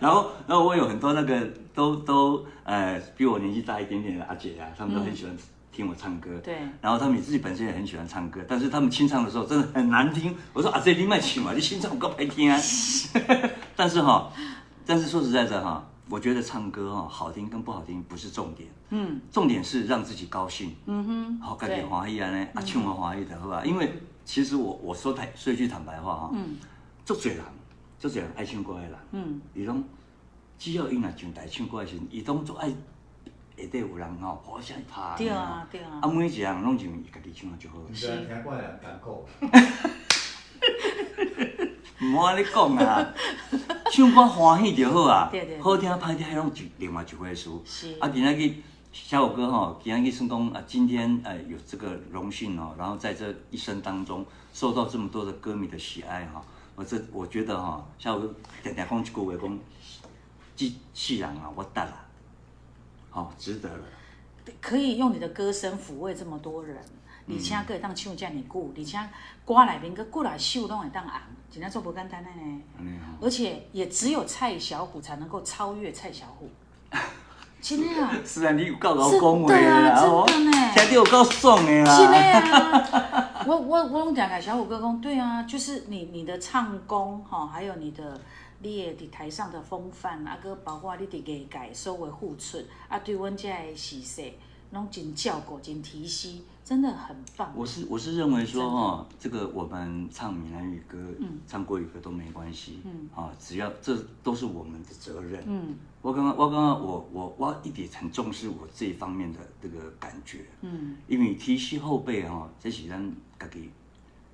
[SPEAKER 3] 然后，然后我有很多那个都都呃比我年纪大一点点的阿姐啊，她们都很喜欢听我唱歌。
[SPEAKER 6] 对
[SPEAKER 3] 然后她们自己本身也很喜欢唱歌，但是她们清唱的时候真的很难听。我说啊，这你卖请嘛，你清唱我个白听啊。但是哈、但是说实在的哈、我觉得唱歌哈、好听跟不好听不是重点，
[SPEAKER 6] 嗯，
[SPEAKER 3] 重点是让自己高兴。
[SPEAKER 6] 嗯
[SPEAKER 3] 好，家
[SPEAKER 6] 对嗯
[SPEAKER 3] 己欢喜安尼，啊，唱我欢喜就好啊。因为其实我我说坦，说一句坦白话哈，嗯，足侪人，足侪人爱唱歌的人，
[SPEAKER 6] 嗯，
[SPEAKER 3] 伊拢只要伊若上台唱歌的时候，伊拢足爱下底有人吼，好声拍
[SPEAKER 6] 哼，
[SPEAKER 3] 安尼
[SPEAKER 6] 对
[SPEAKER 3] 吼。
[SPEAKER 6] 啊对啊
[SPEAKER 3] 啊，，每一个人拢认为伊家己唱啊就好。
[SPEAKER 5] 你知道听过人艰苦，
[SPEAKER 3] 毋好安尼讲啊，唱歌欢喜就好啊
[SPEAKER 6] 对对对，
[SPEAKER 3] 好听歹听迄拢一另外一回事。
[SPEAKER 6] 是
[SPEAKER 3] 啊，今仔日小虎哥吼，今仔日算讲啊，今天呃有这个荣幸哦，然后在这一生当中受到这么多的歌迷的喜爱哈、我这我觉得哈、小虎哥常常讲一句话讲，这世人啊，我得啦，好、值得了。
[SPEAKER 6] 可以用你的歌声抚慰这么多人，而且还可以当唱遮尔久，而且歌内面个过来秀拢会当红，真正做不简单的呢。
[SPEAKER 3] 安尼吼，
[SPEAKER 6] 而且也只有蔡小虎才能够超越蔡小 虎，真的啊，
[SPEAKER 3] 虽然你有够老讲话
[SPEAKER 6] 真的
[SPEAKER 3] 啦，
[SPEAKER 6] 啊
[SPEAKER 3] 哦
[SPEAKER 6] 真的呢
[SPEAKER 3] 听着有够爽的
[SPEAKER 6] 是的
[SPEAKER 3] 啦。
[SPEAKER 6] 啊。我我我拢讲给小虎哥讲，对啊，就是你你的唱功哈、还有你的你的伫台上的风范，啊，搁包括你伫艺界所有的付出，啊，对阮遮的时势，拢真照顾，真提携，真的很棒。
[SPEAKER 3] 我是我是认为说哈、哦，这个我们唱闽南语歌、
[SPEAKER 6] 嗯
[SPEAKER 3] 唱国语歌都没关系，嗯，啊，只要这都是我们的责任，
[SPEAKER 6] 嗯
[SPEAKER 3] 我刚刚，我刚刚，我我我一直很重视我这一方面的这个感觉，
[SPEAKER 6] 嗯
[SPEAKER 3] 因为提携后辈哈、这是咱自己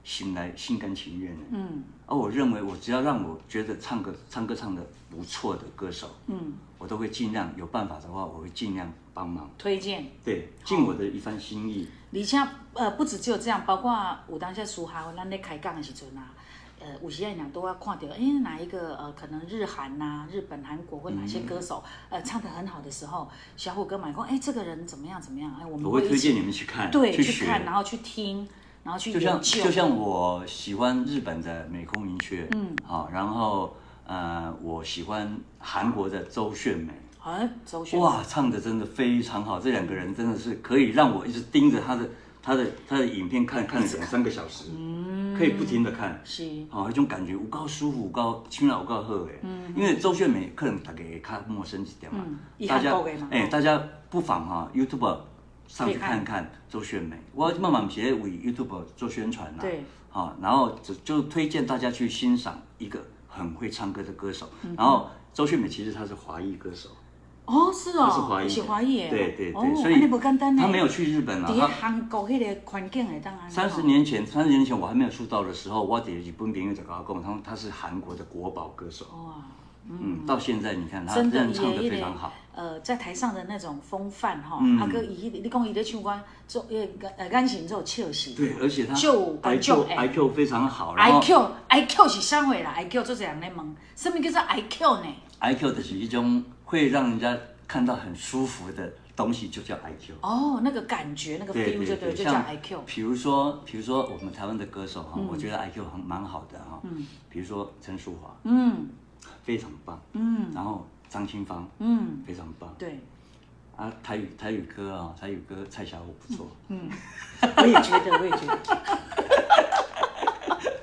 [SPEAKER 3] 心来心甘情愿的。
[SPEAKER 6] 嗯
[SPEAKER 3] 而我认为，我只要让我觉得唱歌唱歌唱的不错的歌手，
[SPEAKER 6] 嗯，
[SPEAKER 3] 我都会尽量有办法的话，我会尽量帮忙，
[SPEAKER 6] 推荐。
[SPEAKER 3] 对，尽我的一番心意。
[SPEAKER 6] 而且呃，不止只有这样，包括有当下苏哈，咱咧开讲的时阵啊，呃，有时咱人都要看到，诶、哪一个呃，可能日韩呐、日本、韩国或哪些歌手、
[SPEAKER 3] 嗯
[SPEAKER 6] 呃唱得很好的时候，小虎哥买讲，诶、哎这个人怎么样怎么样，哎、我们
[SPEAKER 3] 我会
[SPEAKER 6] 一
[SPEAKER 3] 推
[SPEAKER 6] 起
[SPEAKER 3] 荐你们去看，
[SPEAKER 6] 对
[SPEAKER 3] 去
[SPEAKER 6] 去
[SPEAKER 3] 学。
[SPEAKER 6] 看，然后去听，然后去
[SPEAKER 3] 就
[SPEAKER 6] 研
[SPEAKER 3] 像
[SPEAKER 6] 究，
[SPEAKER 3] 就像我喜欢日本的美空云雀，
[SPEAKER 6] 嗯，
[SPEAKER 3] 好、然后呃，我喜欢韩国的周炫美，
[SPEAKER 6] 好像周旋
[SPEAKER 3] 哇，唱的真的非常好，这两个人真的是可以让我一直盯着他的他的他的影片看看了两三个小时，嗯，可以不停的看。
[SPEAKER 6] 是
[SPEAKER 3] 好、哦那种感觉有够舒服，有够清朗，有够好诶。嗯，因为周炫美可能大家会较陌生一点嘛，
[SPEAKER 6] 嗯伊
[SPEAKER 3] 大家
[SPEAKER 6] 韩国的嘛
[SPEAKER 3] 哎、
[SPEAKER 6] 哦
[SPEAKER 3] 大家不妨哈、YouTube 上去
[SPEAKER 6] 可以看
[SPEAKER 3] 看看周炫美，我慢慢写为 YouTube 做宣传啦、
[SPEAKER 6] 对，
[SPEAKER 3] 好、然后就就推荐大家去欣赏一个很会唱歌的歌手，
[SPEAKER 6] 嗯
[SPEAKER 3] 然后周炫美其实她是华裔歌手。
[SPEAKER 6] 哦，是
[SPEAKER 3] 他是华
[SPEAKER 6] 哦，
[SPEAKER 3] 裔，
[SPEAKER 6] 是华裔的，
[SPEAKER 3] 对对
[SPEAKER 6] 哦
[SPEAKER 3] 对，，所
[SPEAKER 6] 安
[SPEAKER 3] 以
[SPEAKER 6] 尼不简单呢，
[SPEAKER 3] 他没有去日本啊
[SPEAKER 6] 伫
[SPEAKER 3] 了。
[SPEAKER 6] 咧
[SPEAKER 3] 他
[SPEAKER 6] 韩国迄个环境会当安啊尼
[SPEAKER 3] 三十年前，三十年前我还没有出道的时候，我的日本朋友在跟我讲，他他是韩国的国宝歌手。
[SPEAKER 6] 哇，
[SPEAKER 3] 嗯，到现在你看他
[SPEAKER 6] 真
[SPEAKER 3] 真
[SPEAKER 6] 的
[SPEAKER 3] 的唱
[SPEAKER 6] 伊
[SPEAKER 3] 得
[SPEAKER 6] 的
[SPEAKER 3] 非
[SPEAKER 6] 迄
[SPEAKER 3] 常
[SPEAKER 6] 个
[SPEAKER 3] 好。
[SPEAKER 6] 呃，在台上的那种风范哈，
[SPEAKER 3] 嗯
[SPEAKER 6] 啊，搁伊迄个你讲伊咧唱歌，做迄个呃感情做笑死。
[SPEAKER 3] 对，而且他
[SPEAKER 6] 就有感觉
[SPEAKER 3] IQ
[SPEAKER 6] 哎
[SPEAKER 3] IQ 非常好，然后
[SPEAKER 6] IQ IQ 是啥货啦？IQ 做这人咧问，什么叫做 IQ 呢？
[SPEAKER 3] IQ 的是一种会让人家看到很舒服的东西，就叫 IQ。
[SPEAKER 6] 哦，那个感觉，那个 feel 就对，就叫嗯
[SPEAKER 3] 像
[SPEAKER 6] IQ。
[SPEAKER 3] 比如说，比如说我们台湾的歌手哈，我觉得 IQ 很蛮好的哈。嗯。比如说陈淑桦，
[SPEAKER 6] 嗯
[SPEAKER 3] 非常棒。
[SPEAKER 6] 嗯
[SPEAKER 3] 然后张清芳，
[SPEAKER 6] 嗯，
[SPEAKER 3] 非常棒。
[SPEAKER 6] 对，
[SPEAKER 3] 啊，台语台语歌啊、台语歌蔡小虎不错，
[SPEAKER 6] 我也觉得，我也觉得，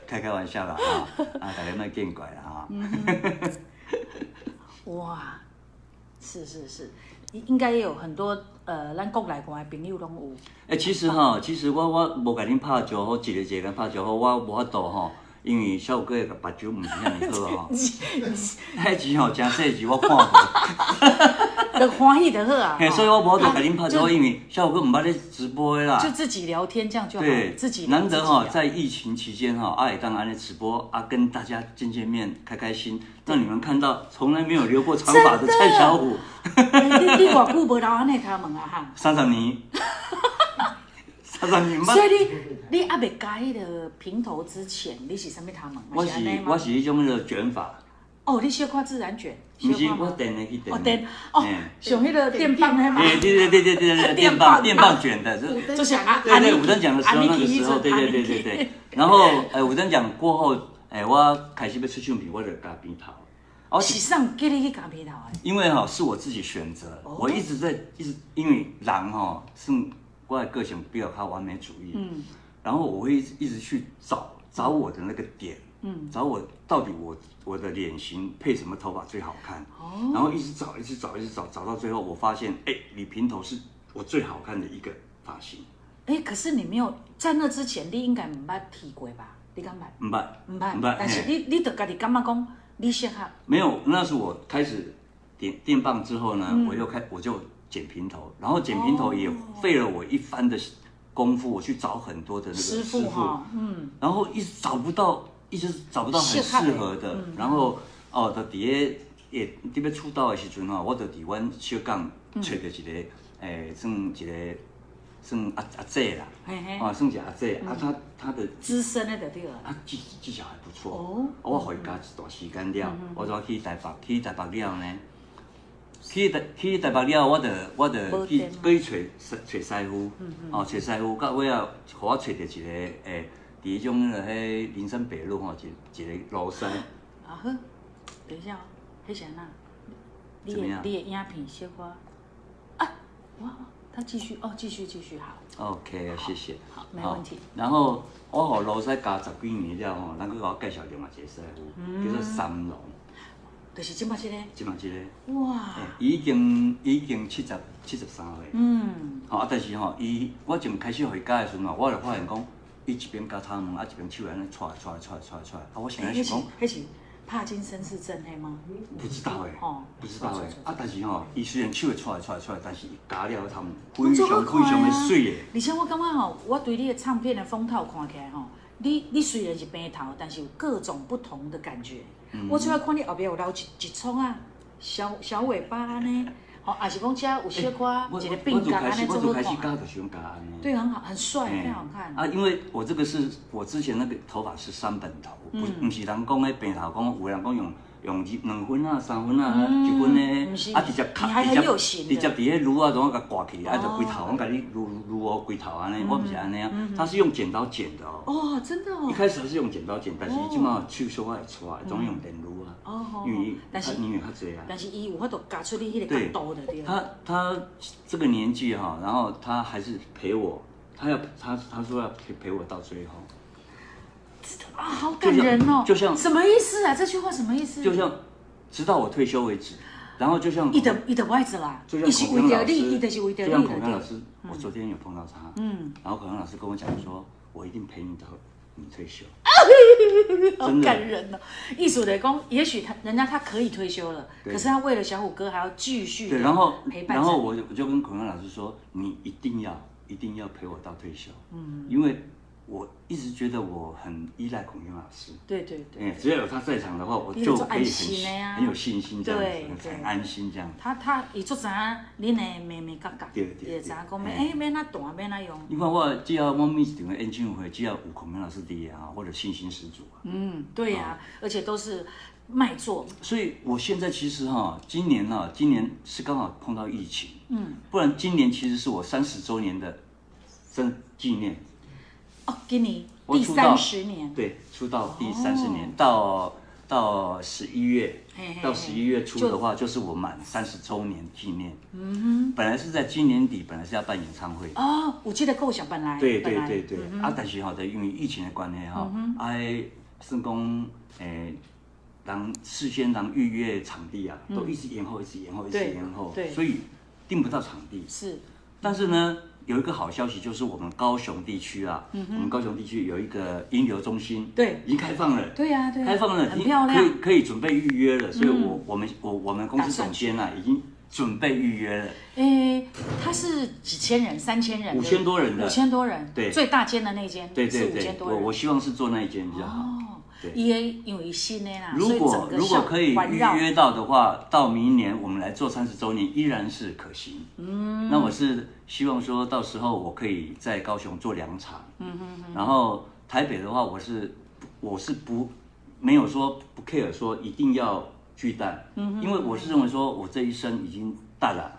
[SPEAKER 3] 开开玩笑啦啊啊，大家卖见怪啦啊。
[SPEAKER 6] 嗯 哇，是是是，应应该也有很多呃，咱国内外的朋友拢有。
[SPEAKER 3] 哎、其实哈，其实我我无甲恁拍招呼，一个一个人拍招呼，我无法度吼，因为小虎哥个目睭毋是遐尼好啊 吼，迄集吼真细集我看无，
[SPEAKER 6] 就欢喜就好啊。
[SPEAKER 3] 嘿，
[SPEAKER 6] 吼
[SPEAKER 3] 所以我无法度甲恁
[SPEAKER 6] 啊
[SPEAKER 3] 拍
[SPEAKER 6] 就
[SPEAKER 3] 招呼，因为小虎哥毋捌咧直播的啦
[SPEAKER 6] 就。自己聊天这样就好，
[SPEAKER 3] 对，
[SPEAKER 6] 自己
[SPEAKER 3] 难得哈、
[SPEAKER 6] 自己聊啊
[SPEAKER 3] 在疫情期间哈、阿也当安的直播啊，跟大家见见面，开开心，让你们看到从来没有留过长发的蔡小虎。
[SPEAKER 6] 哎你你偌久无留安尼他问啊
[SPEAKER 3] 三十年，三十年
[SPEAKER 6] 哈， 所
[SPEAKER 3] 捌。
[SPEAKER 6] 以你你还未改迄个平头之前，你啊是啥物头毛？
[SPEAKER 3] 我
[SPEAKER 6] 还
[SPEAKER 3] 是
[SPEAKER 6] 安尼吗
[SPEAKER 3] 我是迄种迄个卷发，
[SPEAKER 6] 哦，你小可自然卷，
[SPEAKER 3] 毋是
[SPEAKER 6] 小可
[SPEAKER 3] 我
[SPEAKER 6] 吗
[SPEAKER 3] 电的去电
[SPEAKER 6] 哦
[SPEAKER 3] 的。
[SPEAKER 6] 电哦
[SPEAKER 3] 哎，
[SPEAKER 6] 上迄个电棒迄嘛，
[SPEAKER 3] 哎对对对对对 对，电棒电棒卷的，这
[SPEAKER 6] 就想啊，
[SPEAKER 3] 对对
[SPEAKER 6] 啊
[SPEAKER 3] 武登奖的时候那个时候，对对对对。
[SPEAKER 6] 啊你去啊你去
[SPEAKER 3] 对。然后哎，武登奖过后，哎，我开始要出唱片，我就加边头。啊我
[SPEAKER 6] 是
[SPEAKER 3] 是
[SPEAKER 6] 上给你去剪皮头的，
[SPEAKER 3] 因为哈、是我自己选择，
[SPEAKER 6] 哦
[SPEAKER 3] 我一直在一直因为人哈、是我的个性比较靠完美主义，
[SPEAKER 6] 嗯，
[SPEAKER 3] 然后我会一直一直去找找我的那个点，
[SPEAKER 6] 嗯，
[SPEAKER 3] 找我到底我我的脸型配什么头发最好看，
[SPEAKER 6] 哦
[SPEAKER 3] 然后一直找一直找一直找，找到最后我发现，哎，李平头是我最好看的一个发型，
[SPEAKER 6] 哎，可是你没有在那之前，你应该唔捌剃过吧？你敢捌？
[SPEAKER 3] 明白？
[SPEAKER 6] 唔捌
[SPEAKER 3] 明，白？
[SPEAKER 6] 但是
[SPEAKER 3] 嘿
[SPEAKER 6] 你你就家己感觉讲你适合。
[SPEAKER 3] 没有，那是我开始点电棒之后呢，
[SPEAKER 6] 嗯
[SPEAKER 3] 我又开我就剪平头，然后剪平头也费了我一番的功夫，我去找很多的那个
[SPEAKER 6] 师
[SPEAKER 3] 师
[SPEAKER 6] 傅
[SPEAKER 3] 傅，
[SPEAKER 6] 哈，嗯，
[SPEAKER 3] 然后一直找不到，一直找不到很
[SPEAKER 6] 适合的
[SPEAKER 3] 适合的，
[SPEAKER 6] 嗯
[SPEAKER 3] 然后哦，就伫个也特别出道的时阵吼，啊我就伫阮小港
[SPEAKER 6] 嗯
[SPEAKER 3] 找到一个诶、算一个算阿阿姐啦，
[SPEAKER 6] 嘿嘿，嗯
[SPEAKER 3] 啊，算一个阿姐，啊，她她的
[SPEAKER 6] 资深的就对了，
[SPEAKER 3] 啊，技技巧还不错。
[SPEAKER 6] 哦嗯
[SPEAKER 3] 啊我回家一段时间了，我就去台北，去台北了呢，去台去台北了，我着我
[SPEAKER 6] 无
[SPEAKER 3] 着去
[SPEAKER 6] 电嗯
[SPEAKER 3] 过去找找师傅，哦，找师傅，到尾啊，互我找着一个诶，伫迄种迄林森北路吼，一一个老师，
[SPEAKER 6] 啊好，等一下哦，黑霞娜，你
[SPEAKER 3] 怎
[SPEAKER 6] 的
[SPEAKER 3] 么样
[SPEAKER 6] 你的影片小花，啊，哇，他继续哦，继续继续好，
[SPEAKER 3] OK，谢谢。
[SPEAKER 6] 好没问题。
[SPEAKER 3] 然后我互老师教十几年了吼，咱去甲我介绍另外一个师
[SPEAKER 6] 嗯
[SPEAKER 3] 傅，叫做三龙，
[SPEAKER 6] 就是这么这个，
[SPEAKER 3] 即嘛即个，
[SPEAKER 6] 哇，
[SPEAKER 3] 诶伊已经伊已经七十七十三岁。
[SPEAKER 6] 嗯，
[SPEAKER 3] 吼、啊，但是吼、伊我从开始回家的时阵吼，我就发现讲，伊一边夹窗门，啊一边手安尼踹踹踹踹踹，啊，我想
[SPEAKER 6] 诶
[SPEAKER 3] 在是
[SPEAKER 6] 迄是
[SPEAKER 3] 讲，
[SPEAKER 6] 迄是帕金森氏症嘿吗？
[SPEAKER 3] 不知道诶欸
[SPEAKER 6] 哦，
[SPEAKER 3] 不知道诶
[SPEAKER 6] 是是，是
[SPEAKER 3] 啊，但是吼、伊虽然手会踹踹踹，但是伊夹了窗门，
[SPEAKER 6] 动
[SPEAKER 3] 非
[SPEAKER 6] 作
[SPEAKER 3] 常
[SPEAKER 6] 较
[SPEAKER 3] 非
[SPEAKER 6] 快
[SPEAKER 3] 常
[SPEAKER 6] 啊
[SPEAKER 3] 的水诶，
[SPEAKER 6] 而且我感觉吼，我对你的唱片的风头看起来吼，你你虽然是平头，但是有各种不同的感觉。
[SPEAKER 3] 嗯
[SPEAKER 6] 我主要看你后壁有留一一撮啊，小小尾巴安尼，吼，也是讲遮有小
[SPEAKER 3] 我
[SPEAKER 6] 可
[SPEAKER 3] 我
[SPEAKER 6] 一个
[SPEAKER 3] 哎我
[SPEAKER 6] 鬓
[SPEAKER 3] 就
[SPEAKER 6] 角
[SPEAKER 3] 开
[SPEAKER 6] 安尼
[SPEAKER 3] 始我
[SPEAKER 6] 做
[SPEAKER 3] 就
[SPEAKER 6] 好
[SPEAKER 3] 开始
[SPEAKER 6] 看。啊
[SPEAKER 3] 夹就喜欢夹安尼。
[SPEAKER 6] 对，很好，很帅，
[SPEAKER 3] 嘿
[SPEAKER 6] 非常好看。
[SPEAKER 3] 啊，因为我这个是我之前那个头发是三本头，不不是人讲迄平头，讲有人讲用用二两分啊、三分啊、一分
[SPEAKER 6] 不
[SPEAKER 3] 的，
[SPEAKER 6] 是
[SPEAKER 3] 啊直接
[SPEAKER 6] 你还
[SPEAKER 3] 直
[SPEAKER 6] 很
[SPEAKER 3] 接
[SPEAKER 6] 有型的
[SPEAKER 3] 直接伫迄撸啊，然后甲刮起，啊就规头，我甲你撸撸哦规头安尼，我毋是安尼啊，他是用剪刀剪的哦。
[SPEAKER 6] 哦，真的哦
[SPEAKER 3] 一。开始还是用剪刀剪，但是伊即马手小爱来，总用电撸啊，
[SPEAKER 6] 哦好好
[SPEAKER 3] 因为
[SPEAKER 6] 但是
[SPEAKER 3] 他因为较侪啊。
[SPEAKER 6] 但是伊有法度夹出你迄个角度的对了。
[SPEAKER 3] 他他这个年纪哈、然后他还是陪我，他要他他说要陪陪我到最后，
[SPEAKER 6] 啊，好感人哦！
[SPEAKER 3] 就像就像
[SPEAKER 6] 什么意思啊？这句话什么意思？
[SPEAKER 3] 就像直到我退休为止。然后就像
[SPEAKER 6] 伊的伊的外子啦，
[SPEAKER 3] 就
[SPEAKER 6] 伊
[SPEAKER 3] 像
[SPEAKER 6] 是
[SPEAKER 3] 孔
[SPEAKER 6] 为
[SPEAKER 3] 康
[SPEAKER 6] 着
[SPEAKER 3] 老师，
[SPEAKER 6] 你，伊就是为
[SPEAKER 3] 就
[SPEAKER 6] 着你
[SPEAKER 3] 像
[SPEAKER 6] 的
[SPEAKER 3] 孔康老
[SPEAKER 6] 对。
[SPEAKER 3] 师，我昨天有碰到他，
[SPEAKER 6] 嗯，
[SPEAKER 3] 然后孔康老师跟我讲说，我一定陪你到你退休。
[SPEAKER 6] 好
[SPEAKER 3] 真的
[SPEAKER 6] 感人哦！艺术的工，也许他人家他可以退休了，
[SPEAKER 3] 对
[SPEAKER 6] 可是他为了小虎哥还要继续
[SPEAKER 3] 对，然后
[SPEAKER 6] 陪伴
[SPEAKER 3] 然
[SPEAKER 6] 着
[SPEAKER 3] 后我就我就跟孔康老师说，你一定要一定要陪我到退休，嗯，因为我一直觉得我很依赖孔康老师，
[SPEAKER 6] 对对对，
[SPEAKER 3] 哎，只要有他在场的话，我
[SPEAKER 6] 你
[SPEAKER 3] 就
[SPEAKER 6] 就
[SPEAKER 3] 可以很
[SPEAKER 6] 安心了呀
[SPEAKER 3] 很有信心这样
[SPEAKER 6] 对
[SPEAKER 3] 子，很
[SPEAKER 6] 对
[SPEAKER 3] 安心这样。
[SPEAKER 6] 他他伊做啥，恁的妹妹角角，
[SPEAKER 3] 对对对嗯
[SPEAKER 6] 也知影讲要
[SPEAKER 3] 嘿
[SPEAKER 6] 哎要哪弹要哪用，
[SPEAKER 3] 你看我只要我每一场的演唱会，只要有孔明老师伫啊，我就信心十足啊。
[SPEAKER 6] 嗯，对呀，而且都是卖座，
[SPEAKER 3] 所以我现在其实哈、今年啊，今年是刚好碰到疫情，嗯，不然今年其实是我三十周年的生纪念，
[SPEAKER 6] 哦，给你
[SPEAKER 3] 我
[SPEAKER 6] 第
[SPEAKER 3] 出道
[SPEAKER 6] 三十年，
[SPEAKER 3] 对，出道第三十年，到到十一月
[SPEAKER 6] 嘿嘿嘿，
[SPEAKER 3] 到十一月初的话，就是我满三十周年纪念。嗯哼，本来是在今年底，本来是要办演唱会的。
[SPEAKER 6] 哦，我记得构想本来
[SPEAKER 3] 对对
[SPEAKER 6] 本来嗯
[SPEAKER 3] 对对，啊，但是吼，就因为疫情的关系吼，啊，算讲诶，人事先人预约的场地啊，都一直延后，一直延后，一直
[SPEAKER 6] 嗯对
[SPEAKER 3] 延后
[SPEAKER 6] 对，
[SPEAKER 3] 所以订不到场地。
[SPEAKER 6] 是
[SPEAKER 3] 但是呢，有一个好消息就是我们高雄地区啊，我们高雄地区有一个音流中心，
[SPEAKER 6] 嗯对
[SPEAKER 3] 已经开放了。
[SPEAKER 6] 对呀对呀，
[SPEAKER 3] 开放了，
[SPEAKER 6] 很
[SPEAKER 3] 已
[SPEAKER 6] 漂
[SPEAKER 3] 可以
[SPEAKER 6] 亮，嗯
[SPEAKER 3] 可以准备预约了，所以我我们我我们公
[SPEAKER 6] 打
[SPEAKER 3] 司
[SPEAKER 6] 算
[SPEAKER 3] 总监啊已经准备预约了，
[SPEAKER 6] 诶，它是几千人，三千人，
[SPEAKER 3] 五千多人的
[SPEAKER 6] 五千多人，
[SPEAKER 3] 对
[SPEAKER 6] 最大间的那间，
[SPEAKER 3] 对
[SPEAKER 6] 是
[SPEAKER 3] 对
[SPEAKER 6] 五
[SPEAKER 3] 对
[SPEAKER 6] 千，多
[SPEAKER 3] 我
[SPEAKER 6] 人。
[SPEAKER 3] 我希望是做那一间比较好。
[SPEAKER 6] 哦
[SPEAKER 3] 对，
[SPEAKER 6] 伊个因为新的啦，啊所
[SPEAKER 3] 如
[SPEAKER 6] 以整
[SPEAKER 3] 果
[SPEAKER 6] 个
[SPEAKER 3] 如果
[SPEAKER 6] 上
[SPEAKER 3] 可以
[SPEAKER 6] 环
[SPEAKER 3] 预
[SPEAKER 6] 绕
[SPEAKER 3] 约到的话，到明年我们来做三十周年依然是可行。嗯，那我是希望说到时候我可以在高雄做两场，嗯哼然后台北的话，我是我是不没有说不 care 说一定要巨蛋，嗯因为我是认为说我这一生已经大了。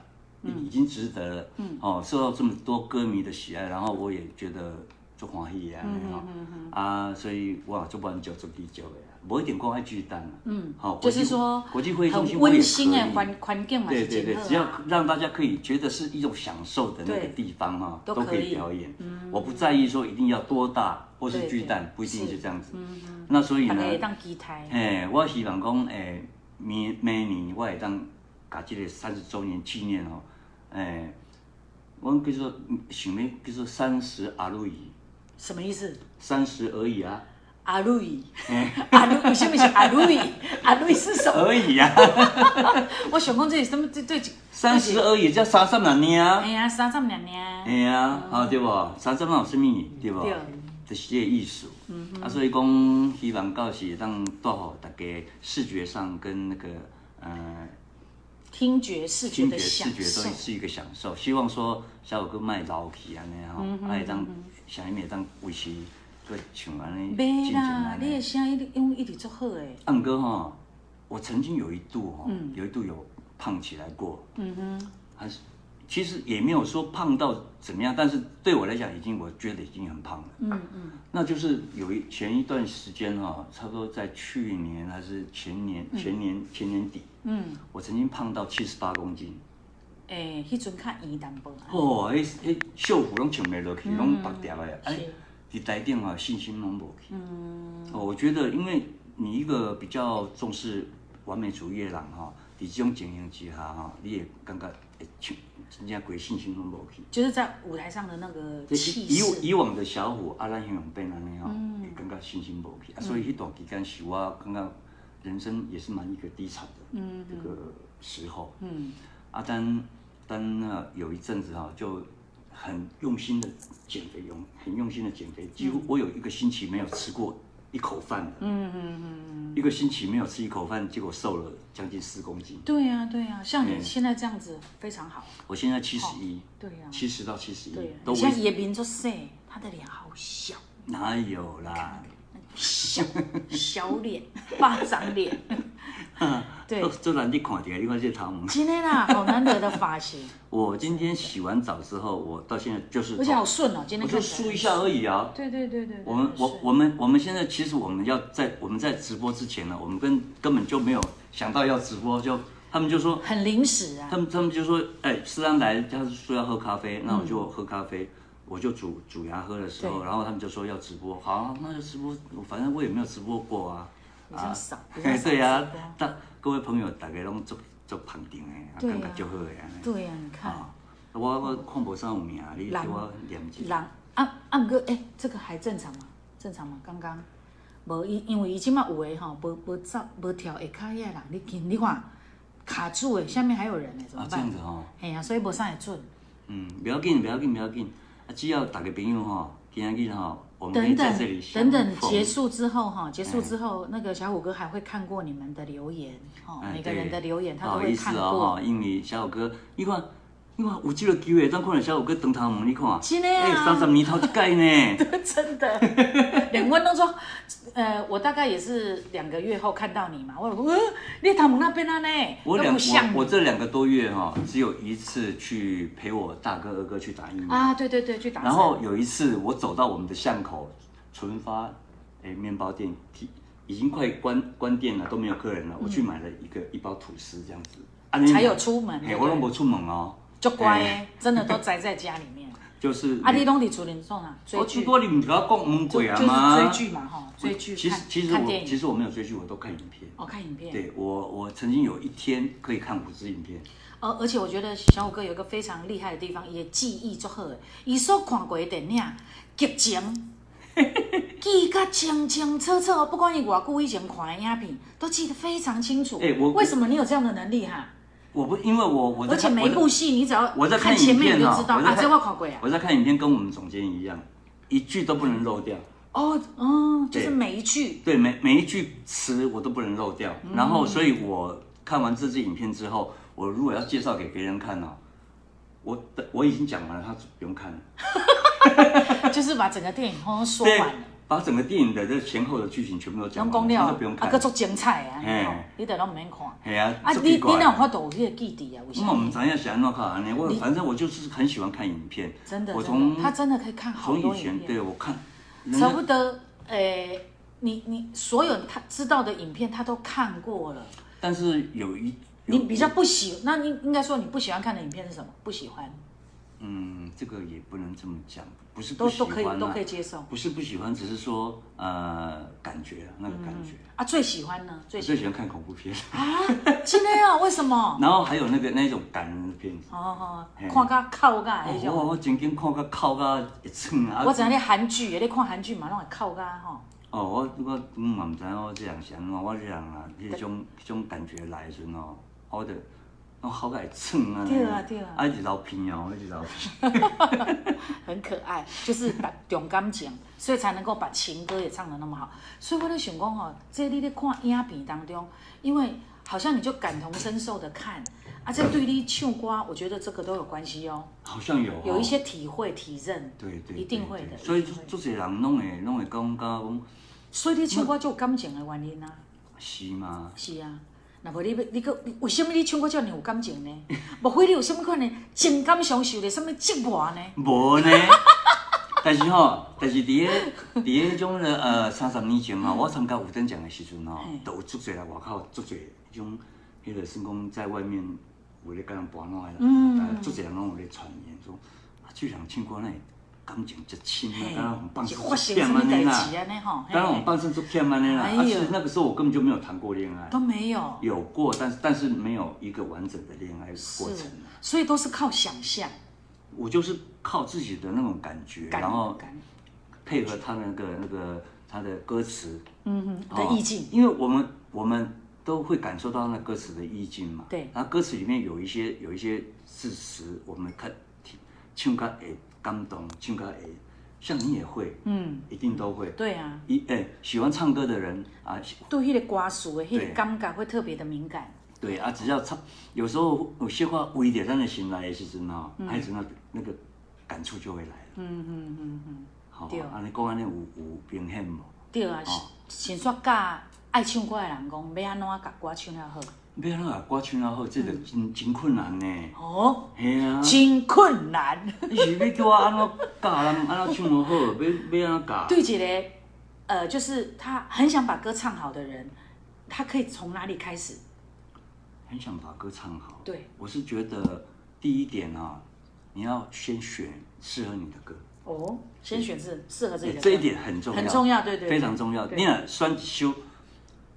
[SPEAKER 3] 已经值得了，嗯，哦，受到这么多歌迷的喜爱，然后我也觉得做欢喜
[SPEAKER 6] 嗯
[SPEAKER 3] 啊，哦啊，所以哇，做完就做地久的啊，无一定讲爱巨蛋啊，嗯，好，
[SPEAKER 6] 就
[SPEAKER 3] 国际
[SPEAKER 6] 是说
[SPEAKER 3] 国际会议中心
[SPEAKER 6] 很
[SPEAKER 3] 我也
[SPEAKER 6] 温
[SPEAKER 3] 可
[SPEAKER 6] 馨欸的
[SPEAKER 3] 以
[SPEAKER 6] 环环境嘛，
[SPEAKER 3] 对对对
[SPEAKER 6] 是，
[SPEAKER 3] 只
[SPEAKER 6] 真好
[SPEAKER 3] 要
[SPEAKER 6] 啊
[SPEAKER 3] 让大家可以觉得是一种享受的那个
[SPEAKER 6] 对
[SPEAKER 3] 地方哈，
[SPEAKER 6] 都
[SPEAKER 3] 都可
[SPEAKER 6] 可以嗯
[SPEAKER 3] 以表演。我不在意说一定要多大或是巨蛋，不一定
[SPEAKER 6] 是嗯
[SPEAKER 3] 是这样子。那所以
[SPEAKER 6] 把
[SPEAKER 3] 呢，哎
[SPEAKER 6] 它当机台，
[SPEAKER 3] 嘿，我希望讲，诶、明明年我会当甲即个三十周年纪念哦，诶、我叫做想要叫做三十而已，
[SPEAKER 6] 什么意思？
[SPEAKER 3] 三十而已啊，
[SPEAKER 6] 阿瑞，
[SPEAKER 3] 哎
[SPEAKER 6] 阿瑞，为什么是阿瑞？阿瑞是什么？
[SPEAKER 3] 而已 啊，
[SPEAKER 6] 我想讲这是什么？这这这
[SPEAKER 3] 三十而已才三十六年啊
[SPEAKER 6] 哎，呀，三十年呢？
[SPEAKER 3] 嘿啊，啊对无，三十六有啥物对无
[SPEAKER 6] 对？嗯
[SPEAKER 3] 就是这个意思。啊，所以讲希望到时让带互大家视觉上跟那个呃。
[SPEAKER 6] 听觉、视觉
[SPEAKER 3] 听
[SPEAKER 6] 的
[SPEAKER 3] 觉、
[SPEAKER 6] 享
[SPEAKER 3] 视觉
[SPEAKER 6] 受
[SPEAKER 3] 都，是一个享受。希望说小有哥卖老去安尼吼，
[SPEAKER 6] 嗯
[SPEAKER 3] 啊会当下面会当维持个像安尼进
[SPEAKER 6] 袂
[SPEAKER 3] 行
[SPEAKER 6] 啦，
[SPEAKER 3] 安
[SPEAKER 6] 你的
[SPEAKER 3] 尼。
[SPEAKER 6] 声音一直用一直足好诶。
[SPEAKER 3] 啊，毋过吼，我曾经有一度吼，有一度有胖起来过。嗯哼，还是其实也没有说胖到怎么样，但是对我来讲，已经我觉得已经很胖了。嗯嗯，那就是有一前一段时间哈、差不多在去年还是前年前年前年底，嗯，我曾经胖到七十八公斤。
[SPEAKER 6] 诶，迄阵较圆淡薄啊。
[SPEAKER 3] 哦，迄迄秀服拢穿袂落去，拢白掉诶。哎，伫台顶啊，信心拢无去。哦，我觉得因为你一个比较重视完美主义的人吼，伫即种情形之下吼，你会感觉会像真正规信心拢无去。
[SPEAKER 6] 就是在舞台上的那个
[SPEAKER 3] 这
[SPEAKER 6] 气
[SPEAKER 3] 以
[SPEAKER 6] 势，嗯
[SPEAKER 3] 以往的小虎啊，咱形容变安尼吼，会感觉信心无去啊，所以迄段期间是我感觉人生也是蛮一个低潮的这个时候。
[SPEAKER 6] 嗯，
[SPEAKER 3] 啊，丹丹呢有一阵子哈、就很用心的减肥，用很用心的减肥，几
[SPEAKER 6] 嗯
[SPEAKER 3] 乎我有一个星期没有吃过一口饭的。嗯嗯嗯。一个星期没有吃一口饭，结果瘦了将近四公斤。
[SPEAKER 6] 对呀、对呀、像你
[SPEAKER 3] 嗯
[SPEAKER 6] 现在这样子非常好。
[SPEAKER 3] 我现在七十一，
[SPEAKER 6] 对呀、
[SPEAKER 3] 七十到七十一
[SPEAKER 6] 对呀、
[SPEAKER 3] 嗯
[SPEAKER 6] 啊
[SPEAKER 3] 都
[SPEAKER 6] 你
[SPEAKER 3] 维
[SPEAKER 6] 现在
[SPEAKER 3] 持。
[SPEAKER 6] 也变作细，他的脸好小，
[SPEAKER 3] 哪有 啦？
[SPEAKER 6] 小小脸，巴掌脸。对
[SPEAKER 3] 嗯都，都难你看起来，你看这头毛。
[SPEAKER 6] 今 天啦，好难得的发型，
[SPEAKER 3] 我今天洗完澡之后，我到现在就是
[SPEAKER 6] 而且好顺哦，今
[SPEAKER 3] 我
[SPEAKER 6] 天
[SPEAKER 3] 就
[SPEAKER 6] 看起
[SPEAKER 3] 梳
[SPEAKER 6] 来
[SPEAKER 3] 一。下而已啊。
[SPEAKER 6] 对对对对对，
[SPEAKER 3] 我们
[SPEAKER 6] 很
[SPEAKER 3] 我
[SPEAKER 6] 顺
[SPEAKER 3] 我们我们现在其实我们要在我们在直播之前呢，我们根根本就没有想到要直播，就他们就说
[SPEAKER 6] 很临时啊
[SPEAKER 3] 他，们他们就说，哎，思安来，他说要喝咖啡，那我就喝咖啡，我就煮煮牙喝的时候，
[SPEAKER 6] 嗯对
[SPEAKER 3] 然后他们就说要直播，好，那就直播，反正我也没有直播过啊，
[SPEAKER 6] 比较
[SPEAKER 3] 啊
[SPEAKER 6] 少， 比较
[SPEAKER 3] 哎，
[SPEAKER 6] 少
[SPEAKER 3] 对呀、
[SPEAKER 6] 直
[SPEAKER 3] 啊
[SPEAKER 6] 播，
[SPEAKER 3] 大各位朋友大家拢做做捧场的，啊
[SPEAKER 6] 对啊
[SPEAKER 3] 感觉就好的啊。
[SPEAKER 6] 对呀、你看。
[SPEAKER 3] 啊，我我看无啥有名，你叫
[SPEAKER 6] 人
[SPEAKER 3] 我念一下。
[SPEAKER 6] 人啊啊，毋过诶，这个还正常吗？正常吗？刚刚无伊，因为伊即马有诶吼，无无走无跳下骹遐人，你见你看卡住诶，下面还有人诶，怎么
[SPEAKER 3] 啊，这
[SPEAKER 6] 办
[SPEAKER 3] 样？子哦。
[SPEAKER 6] 嘿啊，所以无啥会准。
[SPEAKER 3] 嗯，不要紧，不要紧，不要紧。啊，只要大家朋友哈，今天哈，我们可以
[SPEAKER 6] 等
[SPEAKER 3] 在这里
[SPEAKER 6] 等
[SPEAKER 3] 相
[SPEAKER 6] 等等，
[SPEAKER 3] 逢哎
[SPEAKER 6] 结。束之后哈，结束之后，那个小虎哥还会看过你们的留言哦，
[SPEAKER 3] 哎
[SPEAKER 6] 每个人的留言
[SPEAKER 3] 对
[SPEAKER 6] 他
[SPEAKER 3] 不
[SPEAKER 6] 都
[SPEAKER 3] 好
[SPEAKER 6] 会
[SPEAKER 3] 意思
[SPEAKER 6] 看
[SPEAKER 3] 哦，
[SPEAKER 6] 过
[SPEAKER 3] 哈，。因为小虎哥，你看，你看有这个机会，咱看到小虎哥登头毛，你看，
[SPEAKER 6] 真的
[SPEAKER 3] 哎，
[SPEAKER 6] 啊
[SPEAKER 3] 三十年头一届 呢。
[SPEAKER 6] 真的，两位都说，呃，我大概也是两个月后看到你嘛，我说，呃，你他们那边啊呢，
[SPEAKER 3] 我
[SPEAKER 6] 都
[SPEAKER 3] 两
[SPEAKER 6] 不像你
[SPEAKER 3] 我我这两个多月哈，只有一次去陪我大哥二哥去打疫苗，
[SPEAKER 6] 啊，对对对，去打针。
[SPEAKER 3] 然后有一次我走到我们的巷口，纯发哎面包店提已经快关关店了，都没有客人了，我去买了一个一包吐司这样子。啊
[SPEAKER 6] 嗯才有出门
[SPEAKER 3] 哎、
[SPEAKER 6] 对不
[SPEAKER 3] 我
[SPEAKER 6] 对
[SPEAKER 3] 拢无出门哦，
[SPEAKER 6] 就乖
[SPEAKER 3] 哎
[SPEAKER 6] 的，真的都宅在家里 面。
[SPEAKER 3] 就是
[SPEAKER 6] 啊，你拢伫厝里做啊？追
[SPEAKER 3] 我
[SPEAKER 6] 剧
[SPEAKER 3] 哦最，多你唔甲我讲唔
[SPEAKER 6] 就
[SPEAKER 3] 鬼啊
[SPEAKER 6] 就是
[SPEAKER 3] 嘛。
[SPEAKER 6] 追剧嘛，吼，追剧。
[SPEAKER 3] 其实
[SPEAKER 6] 看
[SPEAKER 3] 其实
[SPEAKER 6] 看
[SPEAKER 3] 我
[SPEAKER 6] 电
[SPEAKER 3] 其
[SPEAKER 6] 影，
[SPEAKER 3] 实我没有追剧，我都看影片。
[SPEAKER 6] 哦，看影片。
[SPEAKER 3] 对我我曾经有一天可以看五支影片，
[SPEAKER 6] 哦而而且我觉得小虎哥有一个非常厉害的地方，伊的记忆足好的。伊所看过的电影 剧情，记甲清清楚楚，不管伊偌久以前看的影片，都记得非常清楚。
[SPEAKER 3] 哎我
[SPEAKER 6] 为什么你有这样的能力哈？
[SPEAKER 3] 我不因为我我在
[SPEAKER 6] 而且
[SPEAKER 3] 看
[SPEAKER 6] 每一
[SPEAKER 3] 我
[SPEAKER 6] 部戏你只要
[SPEAKER 3] 我在看
[SPEAKER 6] 看前
[SPEAKER 3] 影片
[SPEAKER 6] 面你就
[SPEAKER 3] 啊
[SPEAKER 6] 知道
[SPEAKER 3] 我在
[SPEAKER 6] 啊，
[SPEAKER 3] 看
[SPEAKER 6] 这我看过
[SPEAKER 3] 在
[SPEAKER 6] 啊。
[SPEAKER 3] 我在看影片跟我们总监一样，一句都不能漏掉。
[SPEAKER 6] 哦哦，就是
[SPEAKER 3] 对
[SPEAKER 6] 每一句
[SPEAKER 3] 对，每每一句词我都不能漏掉。
[SPEAKER 6] 嗯
[SPEAKER 3] 然后，所以我看完这支影片之后，我如果要介绍给别人看呢、哦我我已经讲完了，他不用看了。
[SPEAKER 6] 就是把整个电影通通说
[SPEAKER 3] 对
[SPEAKER 6] 完了。，
[SPEAKER 3] 把整个电影的这前后的剧情全部都讲
[SPEAKER 6] 拢
[SPEAKER 3] 完，他
[SPEAKER 6] 讲了
[SPEAKER 3] 哦都不用，
[SPEAKER 6] 啊，
[SPEAKER 3] 看
[SPEAKER 6] 搁。足精彩的啊，
[SPEAKER 3] 嘿
[SPEAKER 6] 你吼你都拢毋免看。啊，
[SPEAKER 3] 哎呀，这
[SPEAKER 6] 你
[SPEAKER 3] 奇
[SPEAKER 6] 你
[SPEAKER 3] 怪
[SPEAKER 6] 哪有法度有迄个记忆啊？为什
[SPEAKER 3] 我嘛唔
[SPEAKER 6] 么？
[SPEAKER 3] 知影是安怎看安尼，我反正我就是很喜欢看影片。
[SPEAKER 6] 真的，
[SPEAKER 3] 我
[SPEAKER 6] 真
[SPEAKER 3] 从
[SPEAKER 6] 的，他真的可以看好
[SPEAKER 3] 从
[SPEAKER 6] 多
[SPEAKER 3] 以
[SPEAKER 6] 影
[SPEAKER 3] 前对
[SPEAKER 6] 片，
[SPEAKER 3] 我看，人
[SPEAKER 6] 差
[SPEAKER 3] 家
[SPEAKER 6] 不多诶，你你所有他知道的影片他都看过了。
[SPEAKER 3] 但是有一有
[SPEAKER 6] 你比较不喜，那你应该说你不喜欢看的影片是什么？不喜欢，
[SPEAKER 3] 嗯，这个也不能这么讲，不是不
[SPEAKER 6] 都
[SPEAKER 3] 喜
[SPEAKER 6] 都可
[SPEAKER 3] 欢
[SPEAKER 6] 以都
[SPEAKER 3] 啊
[SPEAKER 6] 可以，接受。
[SPEAKER 3] 不是不喜欢，只是说呃感觉啊那个感觉。
[SPEAKER 6] 啊，最喜欢呢？
[SPEAKER 3] 我
[SPEAKER 6] 最喜
[SPEAKER 3] 最喜欢看恐怖片，
[SPEAKER 6] 欢 真的啊？为什么？
[SPEAKER 3] 然后还有那个那种感人的片子。
[SPEAKER 6] 哦哦，
[SPEAKER 3] 嘿
[SPEAKER 6] 看甲哭甲
[SPEAKER 3] 哦
[SPEAKER 6] 迄
[SPEAKER 3] 我
[SPEAKER 6] 种。
[SPEAKER 3] 我曾经看到哭到会喘啊！
[SPEAKER 6] 我知影你韩剧的，你看韩剧嘛，拢会哭甲吼。
[SPEAKER 3] 哦，我我我嘛毋知影我即人是安怎，我即人啊，迄种迄种感觉来的时阵哦，我着我好甲会喘啊，
[SPEAKER 6] 对啊对啊
[SPEAKER 3] 啊一直流鼻哦，一直流鼻，
[SPEAKER 6] 很可爱，就是把重感情，所以才能够把情歌也唱得那么好。所以我在想讲哦，这你在看影片当中，因为好像你就感同身受的看，啊，这对你唱歌，我觉得这个都有关系哦，
[SPEAKER 3] 好像有、哦、
[SPEAKER 6] 有一些体会体认，
[SPEAKER 3] 对对
[SPEAKER 6] 一定会的
[SPEAKER 3] 对所以
[SPEAKER 6] 一定会
[SPEAKER 3] 做侪人拢会拢会讲讲讲
[SPEAKER 6] 所以你唱歌就有感情的原因啊，
[SPEAKER 3] 是吗？
[SPEAKER 6] 是啊，若无你要你搁，你为什么你唱歌遮尔有感 情呢？莫非你有什物款的情感上受着什物折磨呢？
[SPEAKER 3] 无呢， 但是吼，但是伫个伫个迄种咧呃三十年前吼，我参加五等奖的时阵吼
[SPEAKER 6] 嘿，
[SPEAKER 3] 都有足侪来外口足侪迄种迄个算讲在外面有咧甲人搬闹的
[SPEAKER 6] 嗯
[SPEAKER 3] 啦，大家足侪人拢有咧传言说啊，这人唱歌呢感情足深啊，当然我们放
[SPEAKER 6] 是
[SPEAKER 3] 松
[SPEAKER 6] 发
[SPEAKER 3] 足
[SPEAKER 6] 生什
[SPEAKER 3] 欠
[SPEAKER 6] 么
[SPEAKER 3] 安
[SPEAKER 6] 代
[SPEAKER 3] 尼啦，
[SPEAKER 6] 志安尼吼？嘿
[SPEAKER 3] 当然我们放松足欠安尼啦，
[SPEAKER 6] 哎
[SPEAKER 3] 啊，
[SPEAKER 6] 呦
[SPEAKER 3] 其实那个时候我根本就没有谈过恋爱
[SPEAKER 6] 都，没有，
[SPEAKER 3] 有过，但是但是没有一个完整的恋爱过
[SPEAKER 6] 是
[SPEAKER 3] 程。，
[SPEAKER 6] 所以都是靠想象、
[SPEAKER 3] 我就是靠自己的那种感觉，
[SPEAKER 6] 感
[SPEAKER 3] 然后
[SPEAKER 6] 感
[SPEAKER 3] 配合他那个那个他的歌词
[SPEAKER 6] 嗯嗯
[SPEAKER 3] 哦
[SPEAKER 6] 的意境，
[SPEAKER 3] 因为我们我们都会感受到那歌词的意境嘛。
[SPEAKER 6] 对
[SPEAKER 3] 然后歌词里面有一些有一些字词，我们看听唱歌会感动，唱歌会，像你也会，
[SPEAKER 6] 嗯，
[SPEAKER 3] 一定都会。
[SPEAKER 6] 对啊，
[SPEAKER 3] 一哎、喜欢唱歌的人啊，喜
[SPEAKER 6] 对迄个歌词的迄
[SPEAKER 3] 对
[SPEAKER 6] 个感觉会特别的敏感。
[SPEAKER 3] 对啊，只要唱，有时候有些话微点咱的心来的时阵哦，孩子那那个感触就会来了。
[SPEAKER 6] 嗯嗯嗯嗯，
[SPEAKER 3] 好、
[SPEAKER 6] 对
[SPEAKER 3] 安尼讲安尼有有平衡无？
[SPEAKER 6] 对啊
[SPEAKER 3] 哦，
[SPEAKER 6] 先煞教爱唱歌的人讲，要安怎甲歌唱了好？
[SPEAKER 3] 要安怎啊？歌唱啊好，这个真真困难呢。
[SPEAKER 6] 嗯哦，
[SPEAKER 3] 嘿啊，
[SPEAKER 6] 真困难。
[SPEAKER 3] 你是要叫我安怎教人安怎唱就好，要要安怎教？
[SPEAKER 6] 对姐嘞，呃，就是他很想把歌唱好的人，他可以从哪里开始？
[SPEAKER 3] 很想把歌唱好。
[SPEAKER 6] 对，
[SPEAKER 3] 我是觉得第一点啊，你要先选适合你的歌，
[SPEAKER 6] 哦，先选自适合自己的歌。
[SPEAKER 3] 这一点很重要，
[SPEAKER 6] 很重要，对对，对
[SPEAKER 3] 非常重要。
[SPEAKER 6] 对
[SPEAKER 3] 你若选一首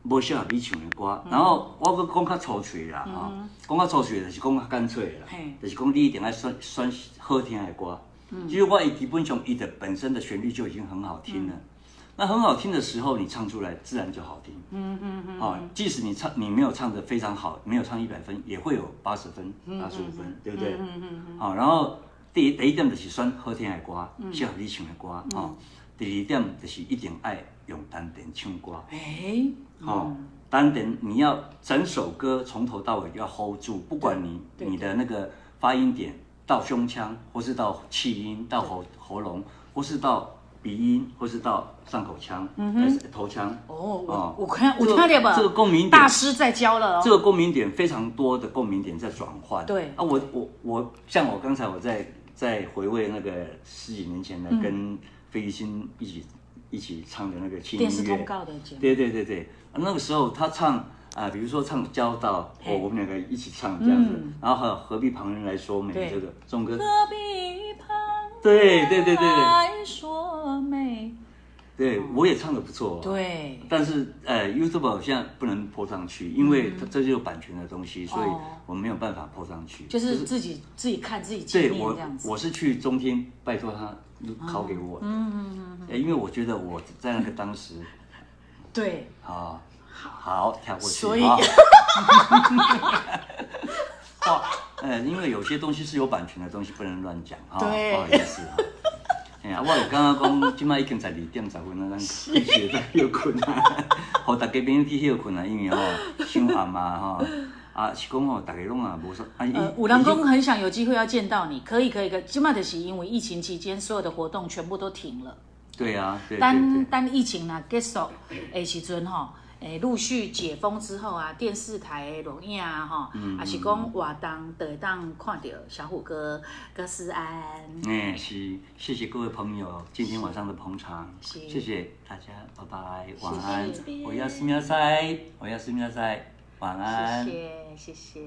[SPEAKER 3] 无适合你唱的歌，然后我搁讲较粗嘴啦，吼，讲较粗嘴就是讲较干脆啦
[SPEAKER 6] 嘿，
[SPEAKER 3] 就是讲你一定要选选好听的歌。其实我伊基本上伊的本身的旋律就已经很好听了。那很好听的时候，你唱出来自然就好听。嗯嗯嗯。啊，即使你唱你没有唱的非常好，没有唱一百分，也会有八十分、八十五分，对不对？嗯嗯嗯。好，然后第一第一点就是选好听的歌，适合你唱的歌。哦，第二点就是一定爱用丹田唱歌。
[SPEAKER 6] 哎，
[SPEAKER 3] 哦，丹田你要整首歌从头到尾要 hold 住，不管你
[SPEAKER 6] 对对
[SPEAKER 3] 你的那个发音点到胸腔，或是到气音，到喉喉咙，或是到鼻音，或是到上口腔，
[SPEAKER 6] 嗯
[SPEAKER 3] 还是头腔。
[SPEAKER 6] 哦，
[SPEAKER 3] 哦
[SPEAKER 6] 我我看我
[SPEAKER 3] 这
[SPEAKER 6] 听
[SPEAKER 3] 个
[SPEAKER 6] 到吧，
[SPEAKER 3] 这个共鸣点
[SPEAKER 6] 大师在教了
[SPEAKER 3] 这
[SPEAKER 6] 哦，
[SPEAKER 3] 个共鸣点非常多的共鸣点在转换。
[SPEAKER 6] 对
[SPEAKER 3] 啊，我我我，像我刚才我在在回味那个十几年
[SPEAKER 6] 嗯
[SPEAKER 3] 前的跟费玉清一起一起唱的那个轻音乐，
[SPEAKER 6] 电视通告的节目，
[SPEAKER 3] 对对对对，啊那个时候他唱啊、比如说唱《交道》，哦
[SPEAKER 6] 嘿
[SPEAKER 3] 我我们两个一起唱这样子，
[SPEAKER 6] 嗯
[SPEAKER 3] 然后还有何必旁人来说美
[SPEAKER 6] 对
[SPEAKER 3] 这个颂歌，
[SPEAKER 6] 何必旁
[SPEAKER 3] 对对对对对，
[SPEAKER 6] 来说美？
[SPEAKER 3] 对我也唱的不错、哦。
[SPEAKER 6] 嗯对，
[SPEAKER 3] 但是呃，YouTube 好像不能播上去，因为它这就有版权的东西，所以
[SPEAKER 6] 嗯哦
[SPEAKER 3] 我没有办法播上去。
[SPEAKER 6] 就是自己自己看自己经
[SPEAKER 3] 对
[SPEAKER 6] 验
[SPEAKER 3] 我
[SPEAKER 6] 这样，子。
[SPEAKER 3] 我是去中天拜托他拷给我的，嗯嗯嗯，因为我觉得我在那个当时
[SPEAKER 6] 对，
[SPEAKER 3] 啊，好跳过去，
[SPEAKER 6] 所以
[SPEAKER 3] 好好，呃，因为有些东西是有版权的东西，不能乱讲哦哈，
[SPEAKER 6] 对
[SPEAKER 3] 不好意思 哈。哎呀，我有刚刚讲，即摆已经十二点十分啊，咱开始在休困啊，互大家朋友去休困啊，因为吼伤寒嘛吼，啊是讲吼，大家拢啊无说，啊，
[SPEAKER 6] 呃，
[SPEAKER 3] 伊
[SPEAKER 6] 五郎
[SPEAKER 3] 已经
[SPEAKER 6] 公很想有机会要见到你，可以可以可以。起码的是因为疫情期间所有的活动全部都停了，
[SPEAKER 3] 对啊，对对
[SPEAKER 6] 单
[SPEAKER 3] 对，
[SPEAKER 6] 单疫情啊结束诶时阵吼，诶陆续解封之后啊，电视台的录影啊吼，
[SPEAKER 3] 嗯
[SPEAKER 6] 啊是讲活动就会当看到小虎哥、葛思安，
[SPEAKER 3] 哎、是，谢谢各位朋友今天晚上的捧场，
[SPEAKER 6] 是
[SPEAKER 3] 谢谢大家，拜拜，晚安，我要思喵塞，我要思喵塞，晚安，
[SPEAKER 6] 谢谢谢谢。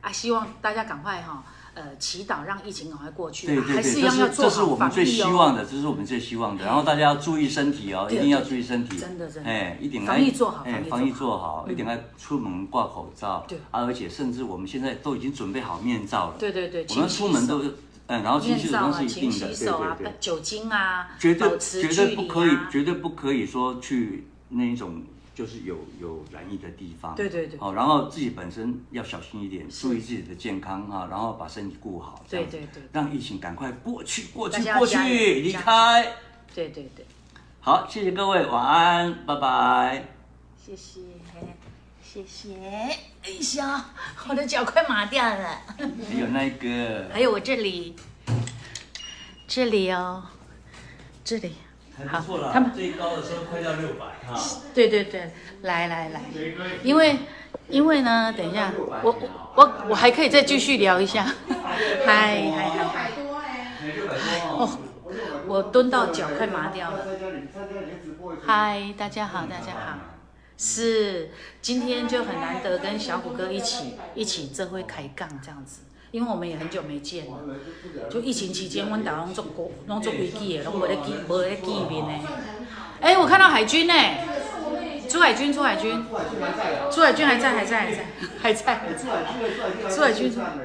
[SPEAKER 6] 啊，希望大家赶快哈、呃，祈祷让疫情赶快过去，啊
[SPEAKER 3] 对对
[SPEAKER 6] 还是
[SPEAKER 3] 对，
[SPEAKER 6] 一
[SPEAKER 3] 这
[SPEAKER 6] 样要
[SPEAKER 3] 是
[SPEAKER 6] 做
[SPEAKER 3] 这是
[SPEAKER 6] 好
[SPEAKER 3] 我们
[SPEAKER 6] 防
[SPEAKER 3] 最
[SPEAKER 6] 疫
[SPEAKER 3] 希
[SPEAKER 6] 哦。哎
[SPEAKER 3] 望的，这是我们最希望的。然后大家要注意身体哦，一
[SPEAKER 6] 对
[SPEAKER 3] 定要注意身体，
[SPEAKER 6] 真的真的
[SPEAKER 3] 哎，一定
[SPEAKER 6] 防疫做好
[SPEAKER 3] 哎，
[SPEAKER 6] 防
[SPEAKER 3] 防
[SPEAKER 6] 疫
[SPEAKER 3] 疫
[SPEAKER 6] 做
[SPEAKER 3] 做好，一定要出门挂口罩，
[SPEAKER 6] 对
[SPEAKER 3] 啊，而且甚至我们现在都已经准备好面罩了，
[SPEAKER 6] 对对对，
[SPEAKER 3] 我们出门都
[SPEAKER 6] 勤洗手。
[SPEAKER 3] 是，嗯，然后勤
[SPEAKER 6] 面
[SPEAKER 3] 洗手
[SPEAKER 6] 罩
[SPEAKER 3] 那
[SPEAKER 6] 啊，
[SPEAKER 3] 是一定
[SPEAKER 6] 勤
[SPEAKER 3] 的，
[SPEAKER 6] 洗
[SPEAKER 3] 对
[SPEAKER 6] 手啊
[SPEAKER 3] 对，对。
[SPEAKER 6] 酒精啊，
[SPEAKER 3] 绝对
[SPEAKER 6] 保持
[SPEAKER 3] 绝
[SPEAKER 6] 距
[SPEAKER 3] 对
[SPEAKER 6] 离
[SPEAKER 3] 不
[SPEAKER 6] 啊
[SPEAKER 3] 可以，绝对不可以说去那一种就是有有染疫的地方。
[SPEAKER 6] 对对对
[SPEAKER 3] 好、然后自己本身要小心一点，注意自己的健康啊，然后把身体顾好。这
[SPEAKER 6] 对
[SPEAKER 3] 样子
[SPEAKER 6] 对对对
[SPEAKER 3] 让疫情赶快过去，过
[SPEAKER 6] 大
[SPEAKER 3] 去，
[SPEAKER 6] 家要
[SPEAKER 3] 过
[SPEAKER 6] 加油
[SPEAKER 3] 去，离
[SPEAKER 6] 加油
[SPEAKER 3] 开。
[SPEAKER 6] 对对对，
[SPEAKER 3] 好，谢谢各位，晚安，拜拜。
[SPEAKER 6] 谢谢谢谢，哎呀，我的脚快麻掉了，
[SPEAKER 3] 还有那个，
[SPEAKER 6] 还有我这里，这里哦，这里，
[SPEAKER 3] 还
[SPEAKER 6] 不错啦他们哦
[SPEAKER 3] 最高的时候快到六百哈。
[SPEAKER 6] 对对对，来来来，因为因为呢，等一下，我我我我还可以再继续聊一下。 嗨嗨嗨嗨！
[SPEAKER 4] 多哎，
[SPEAKER 6] 哦，我蹲到脚快麻掉了。嗨，大家好，大家好。是，今天就很难得跟小虎哥一起一起这会开杠这样子，因为我们也很久没见了。就疫情期间，阮大拢做国拢做规矩的，拢无咧见无咧见面的。哎、我看到海军呢、朱海军，朱海军，朱海军还在，还在，还在，还在，还在，朱海军，朱海军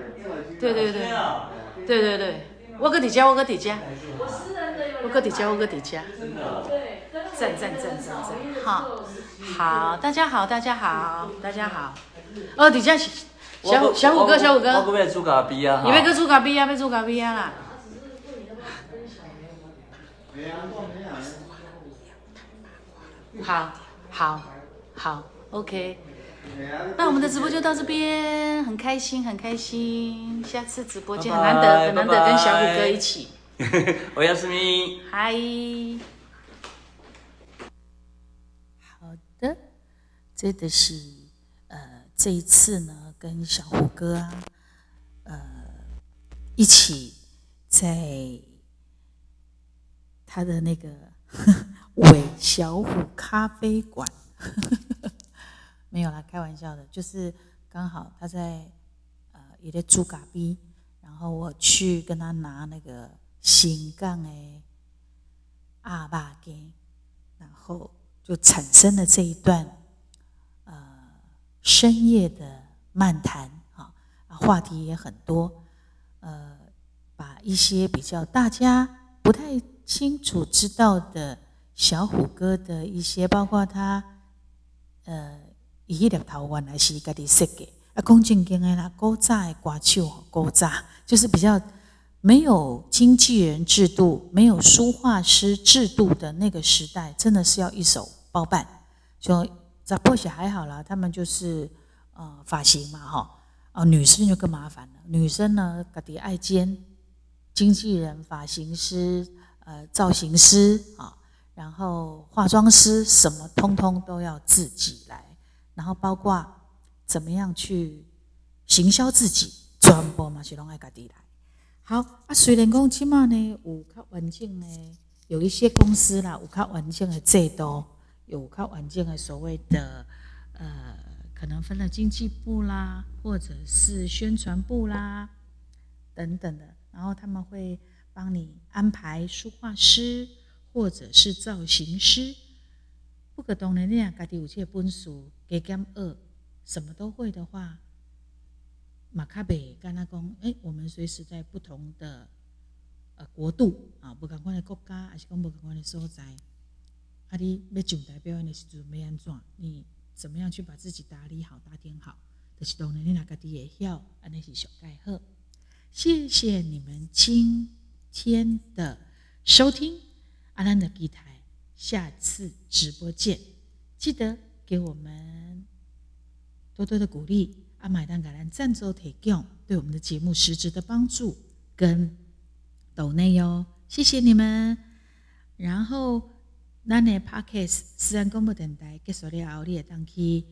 [SPEAKER 6] 对对对，对对对，我搁底家，我搁底家，我搁底家，我搁底家，赞赞赞赞赞，好，好，大家好，大家好，大家好，哦，底家小小小虎哥，小虎哥，
[SPEAKER 3] 我要煮咖啡啊！
[SPEAKER 6] 你要去煮咖啡啊？要煮咖啡啊啦！好，好，好，OK。那我们的直播就到这边，很开心，很开心。下次直播间很难得，
[SPEAKER 3] 拜拜
[SPEAKER 6] 很难得跟小虎
[SPEAKER 3] 拜
[SPEAKER 6] 哥
[SPEAKER 3] 拜
[SPEAKER 6] 一起。
[SPEAKER 3] 我要是你。
[SPEAKER 6] 嗨，
[SPEAKER 1] 好的，这就是呃这一次呢跟小虎哥啊，呃一起在他的那个 伪小虎咖啡馆， 没有啦，开玩笑的，就是刚好他在呃也在猪嘎逼，然后我去跟他拿那个新港的阿爸给。然后就产生了这一段呃深夜的漫谈啊，啊话题也很多，呃，把一些比较大家不太清楚知道的小虎哥的一些，包括他呃，伊迄粒头原来是家己设计，啊，讲正经的啦，古早的歌手吼，古早就是比较。没有经纪人制度、没有书画师制度的那个时代，真的是要一手包办。就咋破鞋还好啦，他们就是呃发型嘛哈，哦、女生就更麻烦了。女生呢，个底爱兼经纪人、发型师、呃造型师啊、然后化妆师什么通通都要自己来，然后包括怎么样去行销自己，全部嘛是拢爱家己来。好啊，虽然讲即满呢有较完整的，有一些公司啦有较完整的制度，有较完整的所谓的呃，可能分了经济部啦，或者是宣传部啦等等的，然后他们会帮你安排书画师或者是造型师。不可当然，你若家己有这个本事，加减学，什么都会的话，马卡北跟他讲，诶，我们随时在不同的呃国度啊，不同款的国家，还是讲不同款的所在，啊，你要上台表演的时阵要安怎？你怎么样去把自己打理好、打点好？就是当然你哪个己也晓，安尼是上盖好。谢谢你们今天的收听，阿兰的吉台，下次直播见，记得给我们多多的鼓励，啊阿买单感恩赞助提供，对我们的节目实质的帮助跟抖内哟，谢谢你们。然后，咱的 podcast 私人广播电台结束了后，你会当去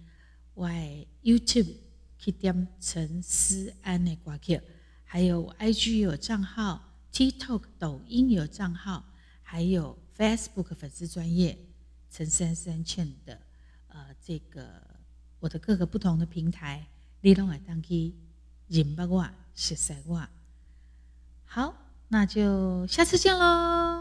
[SPEAKER 1] 我的 YouTube 去点陈思安的歌曲，还有我 IG 有账号，TikTok 抖音有账号，还有 Facebook 粉丝专业陈珊珊倩的呃这个我的各个不同的平台，你拢会当去认捌我、熟悉我。好，那就下次见喽。